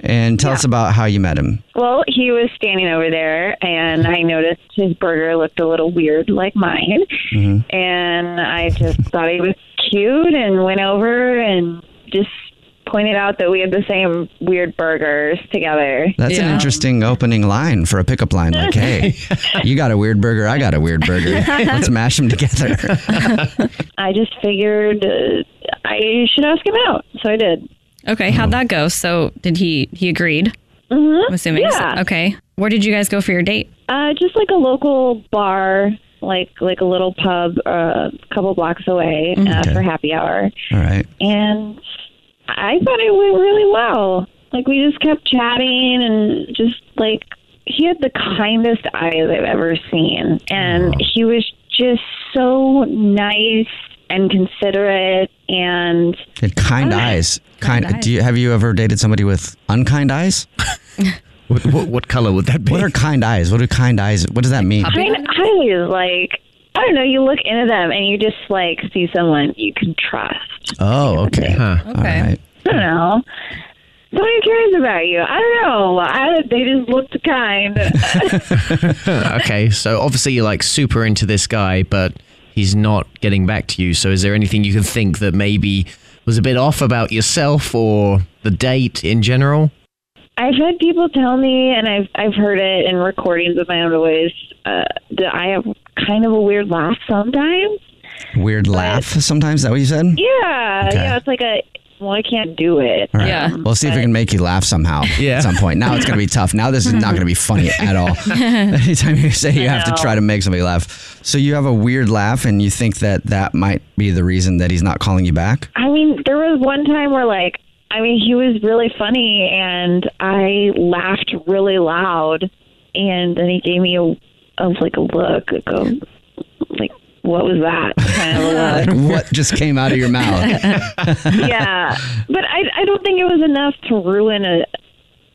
And tell us about how you met him. Well, he was standing over there, and I noticed his burger looked a little weird, like mine. Mhm. and I just thought he was cute and went over and just pointed out that we had the same weird burgers together. That's an interesting opening line for a pickup line. Like, hey, you got a weird burger. I got a weird burger. Let's mash them together. I just figured uh, I should ask him out, so I did. Okay, how'd that go? So did he? He agreed. I'm assuming. so- Yeah. okay. Where did you guys go for your date? Uh, just like a local bar, like like a little pub, uh, a couple blocks away uh, Mm, Okay. for happy hour, All right. and I thought it went really well. Like we just kept chatting and just like he had the kindest eyes I've ever seen, and he was just so nice and considerate and And kind eyes. Kind. Kind eyes. Do you have you ever dated somebody with unkind eyes? what, what, what color would that be? What are kind eyes? What do kind eyes? What does that mean? kind eyes. Like I don't know. You look into them and you just like see someone you can trust. Oh, okay. Okay. I don't know. Someone who cares about you. I don't know. I, they just looked kind. okay, so obviously you're like super into this guy, but he's not getting back to you. So is there anything you can think that maybe was a bit off about yourself or the date in general? I've had people tell me, and I've I've heard it in recordings of my own voice, uh, that I have kind of a weird laugh sometimes. Weird laugh. Sometimes is that what you said? Yeah, Mm. Okay. yeah. It's like a well, I can't do it. All right. We'll see if we can make you laugh somehow at some point. Now it's going to be tough. Now this is not going to be funny at all. Anytime you say you I have to know. try to make somebody laugh. So you have a weird laugh and you think that that might be the reason that he's not calling you back? I mean, there was one time where like I mean, he was really funny and I laughed really loud and then he gave me a, a like a look, like a, like what was that? Kind of a look. like what just came out of your mouth? Uh. yeah, but I I don't think it was enough to ruin a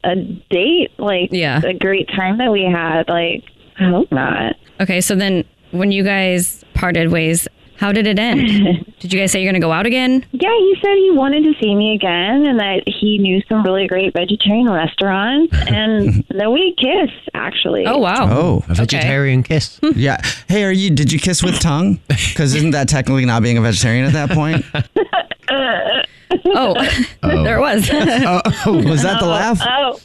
a date like Yeah. a great time that we had. Like I hope not. Okay, so then when you guys parted ways, how did it end? did you guys say you're going to go out again? Yeah, he said he wanted to see me again, and that he knew some really great vegetarian restaurants, and then we kissed actually. Oh, wow. Oh, a vegetarian kiss. yeah. Hey, are you? Did you kiss with tongue? Because isn't that technically not being a vegetarian at that point? oh, there it was. Oh, oh, was that the Oh, laugh? Oh,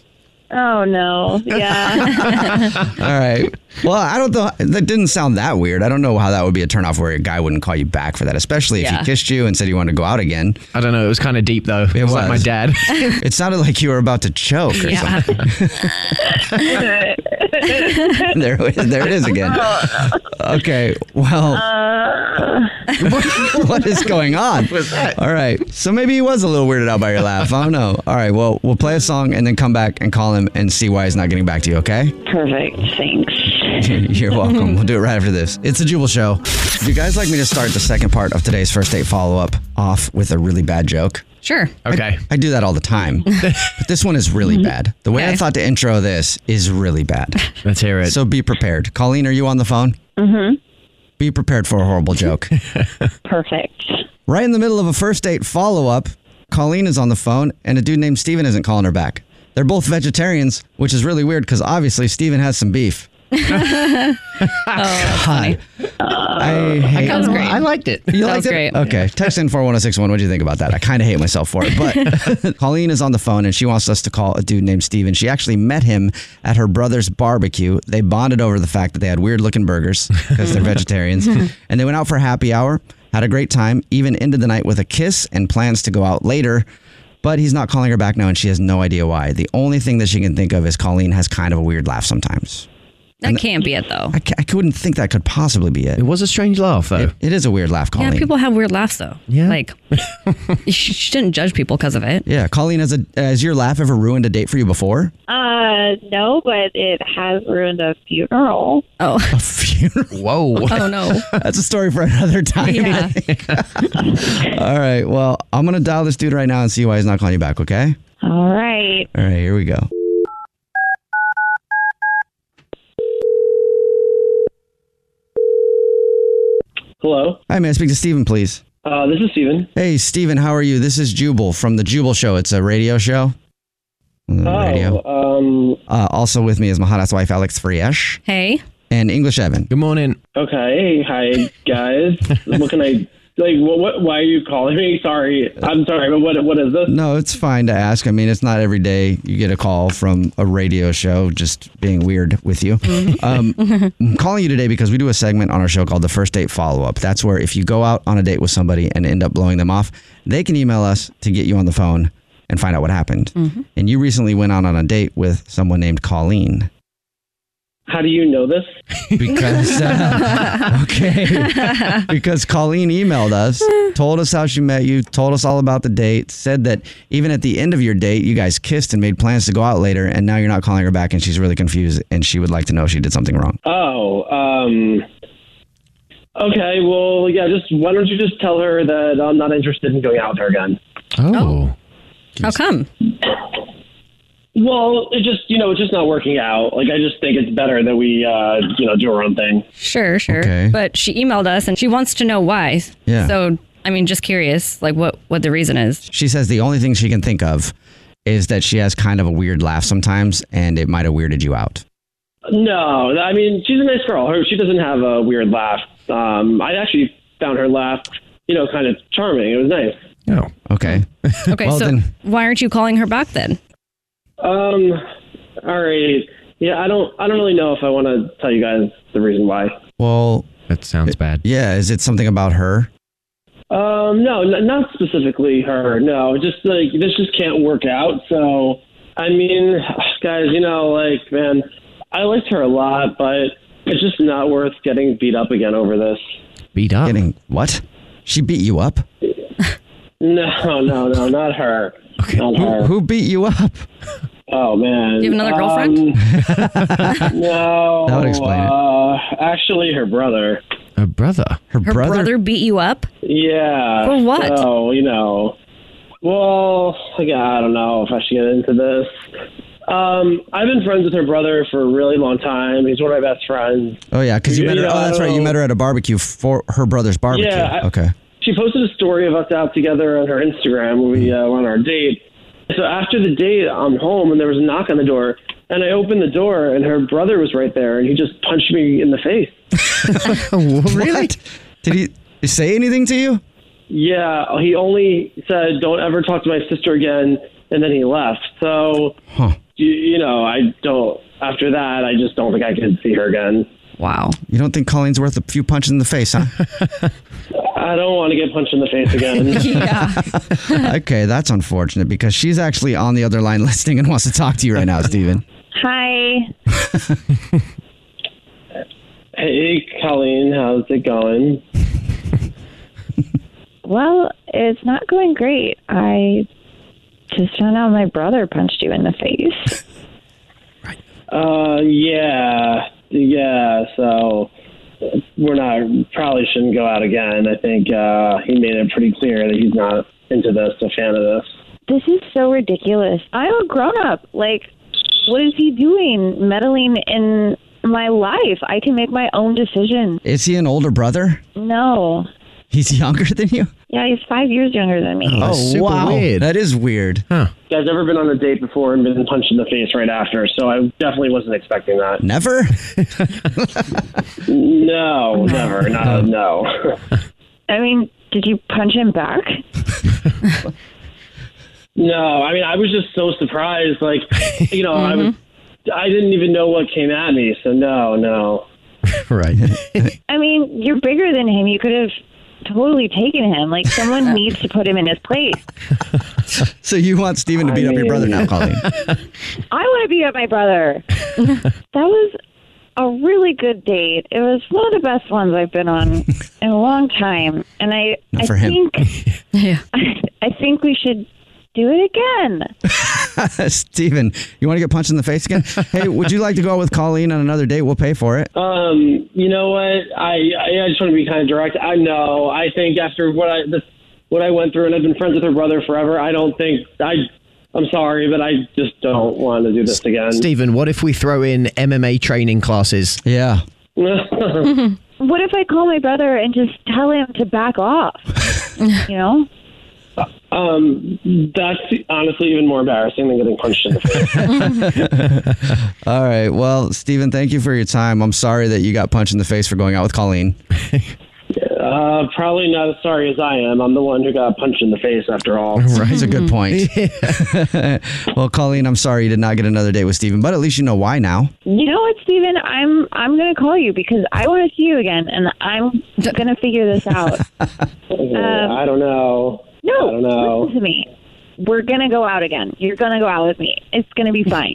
oh no, yeah. All right. Well, I don't know. That didn't sound that weird. I don't know how that would be a turnoff where a guy wouldn't call you back for that, especially if Yeah. he kissed you and said he wanted to go out again. I don't know. It was kind of deep, though. It, was, like my dad. it sounded like you were about to choke or Yeah. something. There, there it is again. Okay. Well, Uh. what is going on? All right. So maybe he was a little weirded out by your laugh. I don't know. All right. Well, we'll play a song and then come back and call him and see why he's not getting back to you, okay? Perfect. Thanks. You're welcome. We'll do it right after this. It's a Jubal Show. Would you guys like me to start the second part of today's first date follow up off with a really bad joke? Sure. Okay. I, do that all the time. but this one is Mm-hmm. really bad. The way I thought to intro this is really bad. Let's hear it. So be prepared. Colleen, are you on the phone? Mm-hmm. Be prepared for a horrible joke. Perfect. right in the middle of a first date follow up, Colleen is on the phone and a dude named Steven isn't calling her back. They're both vegetarians, which is really weird because obviously Steven has some beef. Oh, God. Uh, I hate That was great. I liked it. You That liked was it? great. Okay. Text in 41061. What do you think about that? I kind of hate myself for it. But Colleen is on the phone and she wants us to call a dude named Steven. She actually met him at her brother's barbecue. They bonded over the fact that they had weird looking burgers because they're vegetarians. and they went out for happy hour, had a great time, even ended the night with a kiss and plans to go out later. But he's not calling her back now and she has no idea why. The only thing that she can think of is Colleen has kind of a weird laugh sometimes. That can't be it, though. I, c- I couldn't think that could possibly be it. It was a strange laugh, though. it is a weird laugh, Colleen. Yeah, people have weird laughs, though. Yeah. Like, you sh- shouldn't judge people because of it. Yeah, Colleen, has a has your laugh ever ruined a date for you before? Uh, no, but it has ruined a funeral. Oh, a funeral. Whoa. Oh, no. That's a story for another time. Yeah. All right. Well, I'm gonna dial this dude right now and see why he's not calling you back. Okay. All right. All right. Here we go. Hello. Hi, may I speak to Steven, please? Uh, this is Steven. Hey, Steven, how are you? This is Jubal from the Jubal Show. It's a radio show. On the Oh, radio. um, Uh, also with me is my hot ass wife, Alex Friesch. Hey. And English Evan. Good morning. okay. Hi, guys. what can I like? What, what? Why are you calling me? Sorry, I'm sorry. But what? What is this? No, it's fine to ask. I mean, it's not every day you get a call from a radio show just being weird with you. Um, I'm calling you today because we do a segment on our show called the First Date Follow Up. That's where if you go out on a date with somebody and end up blowing them off, they can email us to get you on the phone and find out what happened. And you recently went out on a date with someone named Colleen. How do you know this? Because uh, okay, because Colleen emailed us, told us how she met you, told us all about the date, said that even at the end of your date, you guys kissed and made plans to go out later, and now you're not calling her back, and she's really confused, and she would like to know if she did something wrong. Oh, um, Oh, Okay, well, yeah, just why don't you just tell her that I'm not interested in going out with her again? Oh. How come? Well, it just, you know, it's just not working out. Like, I just think it's better that we, uh, you know, do our own thing. Sure, sure. But she emailed us and she wants to know why. Yeah. So I mean, just curious, like what what the reason is. She says the only thing she can think of is that she has kind of a weird laugh sometimes, and it might have weirded you out. No, I mean, she's a nice girl. Her, she doesn't have a weird laugh. Um, I actually found her laugh, you know, kind of charming. It was nice. Oh, okay. Okay, Well, so then- why aren't you calling her back then? Um, all right. Yeah, I don't, I don't really know if I want to tell you guys the reason why. Well, that sounds bad. Yeah, is it something about her? Um, no, n- not specifically her. No, just like this just can't work out. So, I mean, guys, you know, like man, I liked her a lot, but it's just not worth getting beat up again over this. Beat up. Getting what? She beat you up? No, no, no, not her. Not her. Who beat you up? Oh man. Do you have another girlfriend? Um, no. That would explain it. uh, Actually, her brother. Her brother. Her, Her brother, beat you up? Yeah. For what? So, you know. Well, yeah, I don't know if I should get into this. Um, I've been friends with her brother for a really long time. He's one of my best friends. Oh yeah, because you Yeah, met her. yeah, Oh, I that's right. don't You know. met her at a barbecue for her brother's barbecue. Yeah, I- okay. She posted a story of us out together on her Instagram when we uh, went on our date. So after the date, I'm home and there was a knock on the door. And I opened the door and her brother was right there and he just punched me in the face. really? Did he he say anything to you? Yeah, he only said, "Don't ever talk to my sister again," and then he left. So, you, you know, I don't. After that, I just don't think I could see her again. Wow. You don't think Colleen's worth a few punches in the face, huh? I don't want to get punched in the face again. okay, that's unfortunate because she's actually on the other line listening and wants to talk to you right now, Steven. Hi. hey, Colleen, how's it going? Well, it's not going great. I just found out my brother punched you in the face. Uh, yeah, yeah. So we're not probably shouldn't go out again. I think uh, he made it pretty clear that he's not into this, a fan of this. This is so ridiculous. I'm a grown up. Like, what is he doing meddling in my life? I can make my own decisions. Is he an older brother? No. He's younger than you? Yeah, he's five years younger than me. wow. That is Oh, weird. Huh. You guys ever been on a date before and been punched in the face right after? So I definitely wasn't expecting that. Never? No, never. No, no. I mean, did you punch him back? No, I mean, I was just so surprised. Like, you know, I was, I didn't even know what came at me. So no, no. right. I mean, you're bigger than him. You could have totally taken him. Like, someone needs to put him in his place. so you want Steven to beat up your brother now, Colleen? I want to beat up my brother. that was a really good date. It was one of the best ones I've been on in a long time, and I Not I for him. think I think we should do it again. Steven, you want to get punched in the face again? Hey, would you like to go out with Colleen on another date? We'll pay for it. Um, you know what? I I, I just want to be kind of direct. I know. I think after what I this, what I went through, and I've been friends with her brother forever. I don't think I. I'm sorry, but I just don't want to do this again. Stephen, what if we throw in MMA training classes? Yeah. what if I call my brother and just tell him to back off? you know, um, that's honestly even more embarrassing than getting punched in the face. All right. Well, Steven, thank you for your time. I'm sorry that you got punched in the face for going out with Colleen. uh, probably not as sorry as I am. I'm the one who got punched in the face after all. That's a good point. well, Colleen, I'm sorry you did not get another date with Steven, but at least you know why now. you know what, Steven? I'm I'm gonna call you because I want to see you again, and I'm gonna figure this out. Um, Uh, I don't know. No, I don't know. listen to me. We're gonna go out again. You're gonna go out with me. It's gonna be fine.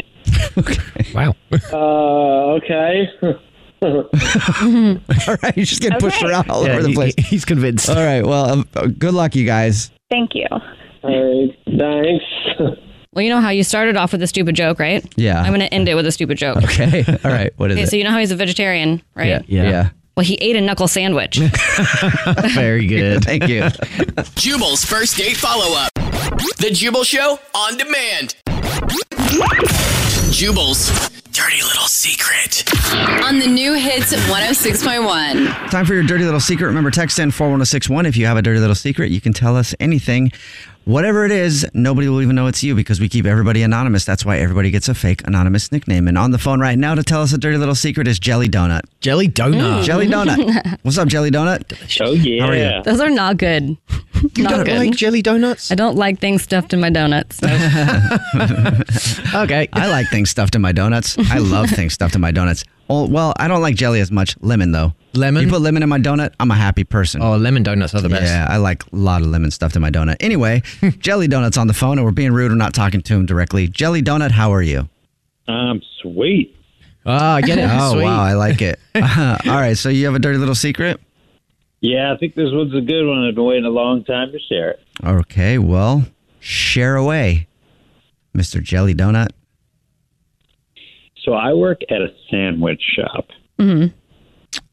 Wow. Uh, okay. All right. He's just getting pushed Okay. around all Hmm. Yeah, over the he- place. he's convinced. All right. Well, um, uh, good luck, you guys. Thank you. All right. Thanks. Well, you know how you started off with a stupid joke, right? Yeah. I'm gonna end it with a stupid joke. Okay. All right. What is Okay, it? so you know how he's a vegetarian, right? Yeah. Yeah. Well, he ate a knuckle sandwich. Very good. Thank you. Jubal's first date follow up. The Jubal Show on demand. Jubal's dirty little secret. On the new hits 106.1. Time for your dirty little secret. Remember, text in 41061. If you have a dirty little secret, you can tell us anything. Whatever it is, nobody will even know it's you because we keep everybody anonymous. That's why everybody gets a fake anonymous nickname. And on the phone right now to tell us a dirty little secret is Jelly Donut. Jelly Donut. Jelly Donut. What's up, Jelly Donut? Oh, How are you? Mm. Those are not good. You don't like jelly donuts? I don't like things stuffed in my donuts. okay. I like things stuffed in my donuts. I love things stuffed in my donuts. Oh, well, I don't like jelly as much. Lemon though. Lemon. You put lemon in my donut, I'm a happy person. Oh, lemon donuts are the best. Yeah, I like a lot of lemon stuffed in my donut. Anyway, jelly donuts on the phone, and we're being rude. We're not talking to him directly. Jelly donut, how are you? I'm sweet. Ah, I get it. Oh Sweet. wow, I like it. Uh-huh. all right, so you have a dirty little secret. Yeah, I think this one's a good one. I've been waiting a long time to share it. Okay, well, share away, Mister Jelly Donut. So I work at a sandwich shop. Mm-hmm.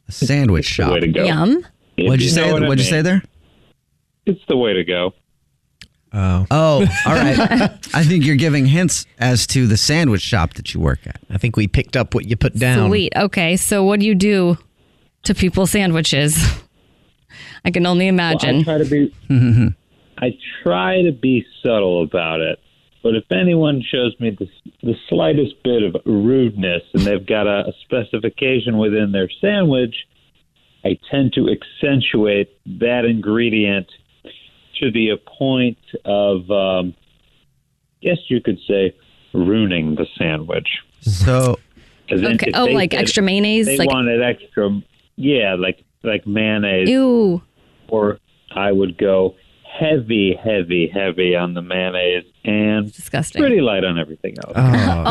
A sandwich shop. way to go. Yum. If What'd you, you say? know what I What'd you mean. say there? It's the way to go. Oh. Oh, all right. I think you're giving hints as to the sandwich shop that you work at. I think we picked up what you put Sweet. Okay. So, what do you do to people's sandwiches? I can only imagine. Well, I try to be. I try to be subtle about it, but if anyone shows me the, the slightest bit of rudeness and they've got a, a specification within their sandwich, I tend to accentuate that ingredient to the point of, um, guess you could say, ruining the sandwich. So, Okay. Oh, like extra mayonnaise? They Like- wanted extra, yeah, like like mayonnaise Ew. or I would go heavy, heavy, heavy on the mayonnaise and disgusting. pretty light on everything else. Oh.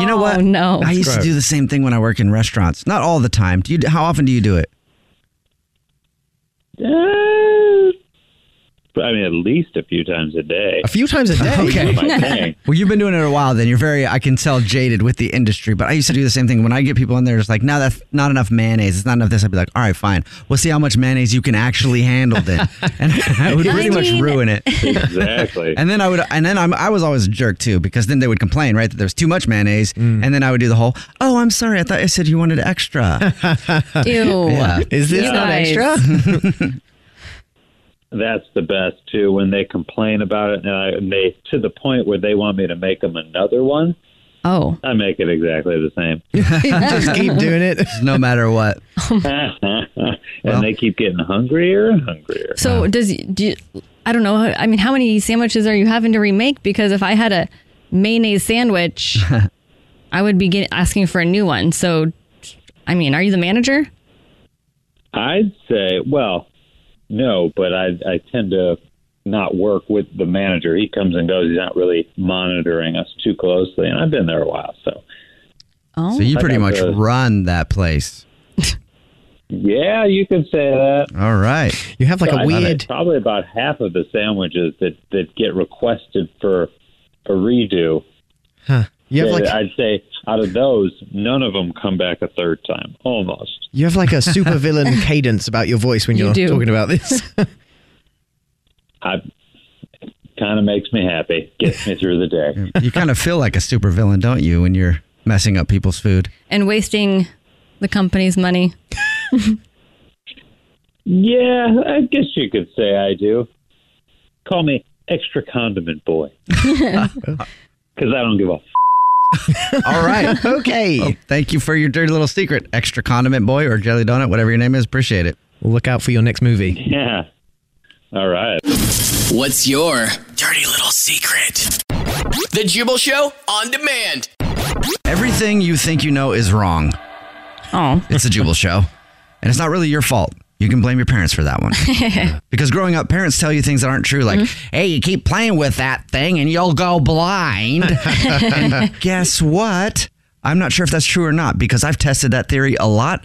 you know Oh, what? Oh. no. I used to do the same thing when I work in restaurants. Not all the time. Do you? How often do you do it? Uh, but I mean, at least a few times a day. A few times a day? Okay. My thing. Well, you've been doing it a while. Then you're very. I can tell jaded with the industry. But I used to do the same thing when I get people in there. It's like, no, that's not enough mayonnaise. It's not enough this. I'd be like, all right, fine. We'll see how much mayonnaise you can actually handle then. And I would I pretty much mean- ruin it. Exactly. And then I would, and then I'm, I was always a jerk too, because then they would complain, right, that there was too much mayonnaise, Mm. and then I would do the whole, oh, I'm sorry, I thought I said you wanted extra. Ew. Yeah. Is this not Guys. extra? That's the best too when they complain about it and, I, and they to the point where they want me to make them another one. Oh. I make it exactly the same. Just keep doing it, no matter what. and they keep getting hungrier and hungrier. So does do you, I don't know. I mean, how many sandwiches are you having to remake? Because if I had a mayonnaise sandwich, I would be get, asking for a new one. So, I mean, are you the manager? I'd say, well, no, but I I tend to not work with the manager. He comes and goes. He's not really monitoring us too closely, and I've been there a while, so Oh. So you I pretty got much the- run that place. yeah, you could say that. All right. You have So I- probably about half of the sandwiches that that get requested for a redo. Huh. You have that like I'd say out of those, none of them come back a third time. Almost. you have like a super villain cadence about your voice when You you're do. talking about this. I kind of makes me happy. Gets me through the day. You kind of feel like a supervillain, don't you, when you're messing up people's food? And wasting the company's money. Yeah, I guess you could say I do. Call me extra condiment boy because I don't give a. F- All right. okay. thank you for your dirty little secret, extra condiment boy or jelly donut, whatever your name is. Appreciate it. We'll look out for your next movie. yeah. All right. What's your dirty little secret? The Jubal Show on demand. Everything you think you know is wrong. Oh. It's a Jubal show. And it's not really your fault. You can blame your parents for that one. because growing up, parents tell you things that aren't true, like, hey, you keep playing with that thing and you'll go blind. And guess what? I'm not sure if that's true or not because I've tested that theory a lot.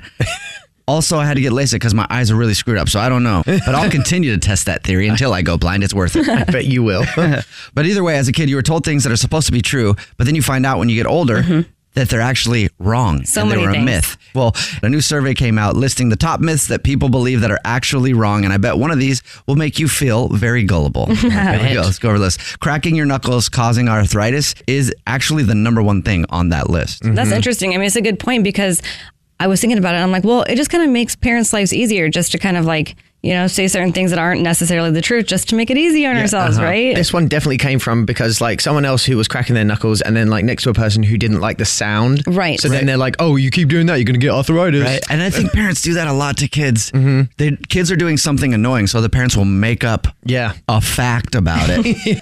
Also, I had to get LASIK because my eyes are really screwed up, so I don't know. But I'll continue to test that theory until I go blind. It's worth it. I bet you will. but either way, as a kid, you were told things that are supposed to be true, but then you find out when you get older that they're actually wrong. So and they many were a things. myth. Well, a new survey came out listing the top myths that people believe that are actually wrong, and I bet one of these will make you feel very gullible. Here we go. Let's go over the list. Cracking your knuckles causing arthritis is actually the number one thing on that list. That's interesting. I mean, it's a good point because I was thinking about it. And I'm like, well, it just kind of makes parents' lives easier just to kind of like, you know, say certain things that aren't necessarily the truth just to make it easy on ourselves, Uh-huh. right? This one definitely came from because like someone else who was cracking their knuckles and then like next to a person who didn't like the sound. Right. So then they're like, oh, you keep doing that, you're going to get arthritis. Right. And I think parents do that a lot to kids. Mm-hmm. The kids are doing something annoying, so the parents will make up yeah. a fact about it.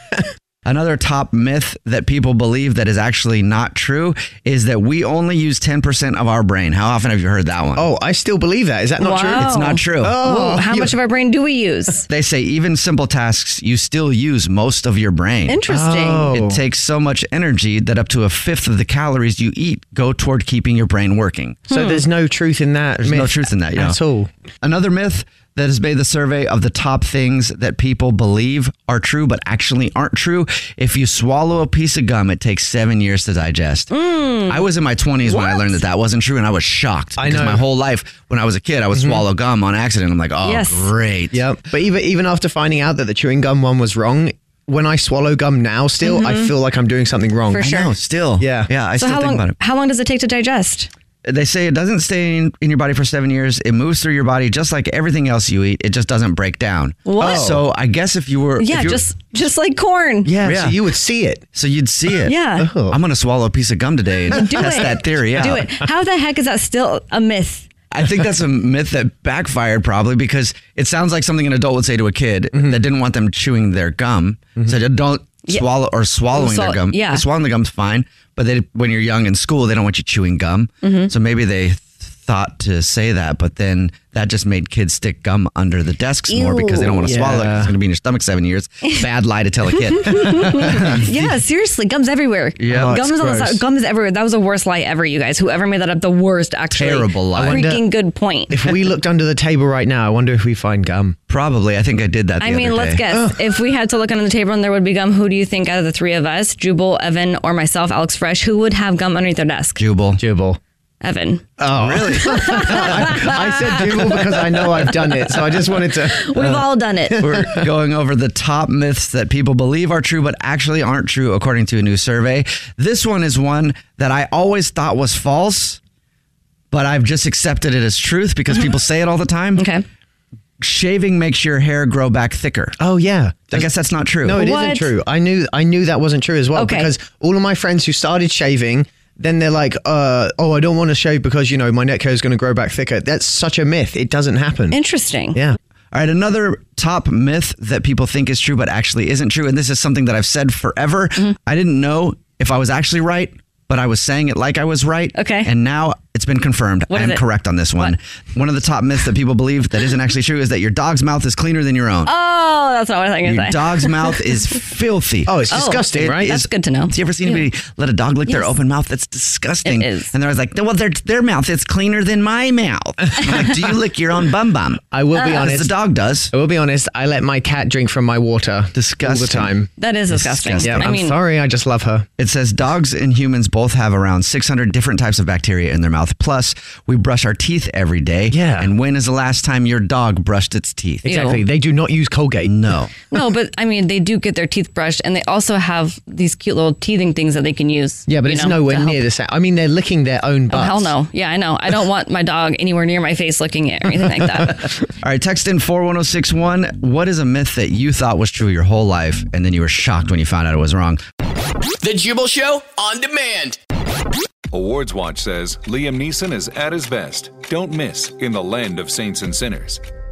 Another top myth that people believe that is actually not true is that we only use 10% of our brain. How often have you heard that one? Oh, I still believe that. Is that not true? Oh. Wow. It's not true. Whoa, how much of our brain do we use? They say even simple tasks, you still use most of your brain. Interesting. Oh. It takes so much energy that up to a fifth of the calories you eat go toward keeping your brain working. Hmm. So there's no truth in that. There's no myth truth in that, yeah. At all. Another myth that has made the survey of the top things that people believe are true but actually aren't true. If you swallow a piece of gum, it takes seven years to digest. I was in my 20s when I learned that that wasn't true, and I was shocked. Mm. I because know. my whole life, when I was a kid, I would Mhm. swallow gum on accident. I'm like, oh, great. Yep. But even even after finding out that the chewing gum one was wrong, when I swallow gum now, still I Mhm. feel like I'm doing something wrong. For I sure. know, still. Yeah. Yeah. I so still how think long, about it. How long does it take to digest? They say it doesn't stay in, in your body for seven years. It moves through your body just like everything else you eat. It just doesn't break down. What? Oh. So I guess if you were, if Yeah, you were- just just like corn. yeah, would see it. Oh. So you'd see it. Yeah. I'm gonna swallow a piece of gum today and do test it. that theory out. Do it. How the heck is that still a myth? I think that's a myth that backfired probably because it sounds like something an adult would say to a kid Mm-hmm. that didn't want them chewing their gum. So don't Yeah. swallow or swallowing Swallow- their gum. yeah. Swallowing the gum's fine, but they, when you're young in school, they don't want you chewing gum. Mhm. So maybe they th- thought to say that, but then that just made kids stick gum under the desks more because they don't want to Ew. swallow it. 'cause It's going to be in your stomach seven years. Bad lie to tell a kid. yeah, seriously, gums everywhere. Yeah. Oh, it's gums on the gross. side, gums everywhere. That was the worst lie ever, you guys. Whoever made that up, the worst actually. Terrible lie. I wonder- Freaking good point. If we looked under the table right now, I wonder if we find gum. Probably. I think I did that. I mean, let's guess. If we had to look under the table and there would be gum, who do you think out of the three of us, Jubal, Evan, or myself, Alex Fresh, who would have gum underneath their desk? Jubal. Jubal. Evan. Oh, really? I, said Jubal because I know I've done it, so I just wanted to. We've all done it. uh, We're going over the top myths that people believe are true but actually aren't true according to a new survey. This one is one that I always thought was false, but I've just accepted it as truth because people say it all the time. Okay. Shaving makes your hair grow back thicker. Oh yeah. I guess that's not true. No, it not true. I knew I knew that wasn't true as well Okay. because all of my friends who started shaving, then they're like, uh, "Oh, I don't want to shave because you know my neck hair is going to grow back thicker." That's such a myth. It doesn't happen. Interesting. Yeah. All right, another top myth that people think is true but actually isn't true. And this is something that I've said forever. Mm-hmm. I didn't know if I was actually right, but I was saying it like I was right. Okay. And now it's been confirmed. What I is am it? correct on this one. One of the top myths that people believe that isn't actually true is that your dog's mouth is cleaner than your own. Oh, that's not what I was going to Your say. dog's mouth is filthy. Oh, it's Oh, disgusting, right? that's good to know. Have you ever seen Yeah. anybody let a dog lick their Yes. open mouth? That's disgusting. It is. And they're always like, well, their, their mouth is cleaner than my mouth. I'm like, do you lick your own bum bum? I will Uh, be As honest. The dog does. I will be honest. I let my cat drink from my water. Disgusting. All the time. That is disgusting. Yeah, I I'm mean, sorry. I just love her. It says dogs and humans both have around 600 different types of bacteria in their mouth. Plus, we brush our teeth every day. Yeah. And when is the last time your dog brushed its teeth? Exactly. Ew. They do not use Colgate. No. no, but I mean, they do get their teeth brushed and they also have these cute little teething things that they can use. Yeah, but you it's know, nowhere to help. near the same. I mean, they're licking their own Oh, butts. hell no. Yeah, I know. I don't want my dog anywhere near my face looking at or anything like that. All right, text in 41061. What is a myth that you thought was true your whole life and then you were shocked when you found out it was wrong? The Jubal Show on demand. Awards Watch says Liam Neeson is at his best. Don't miss in the land of saints and sinners.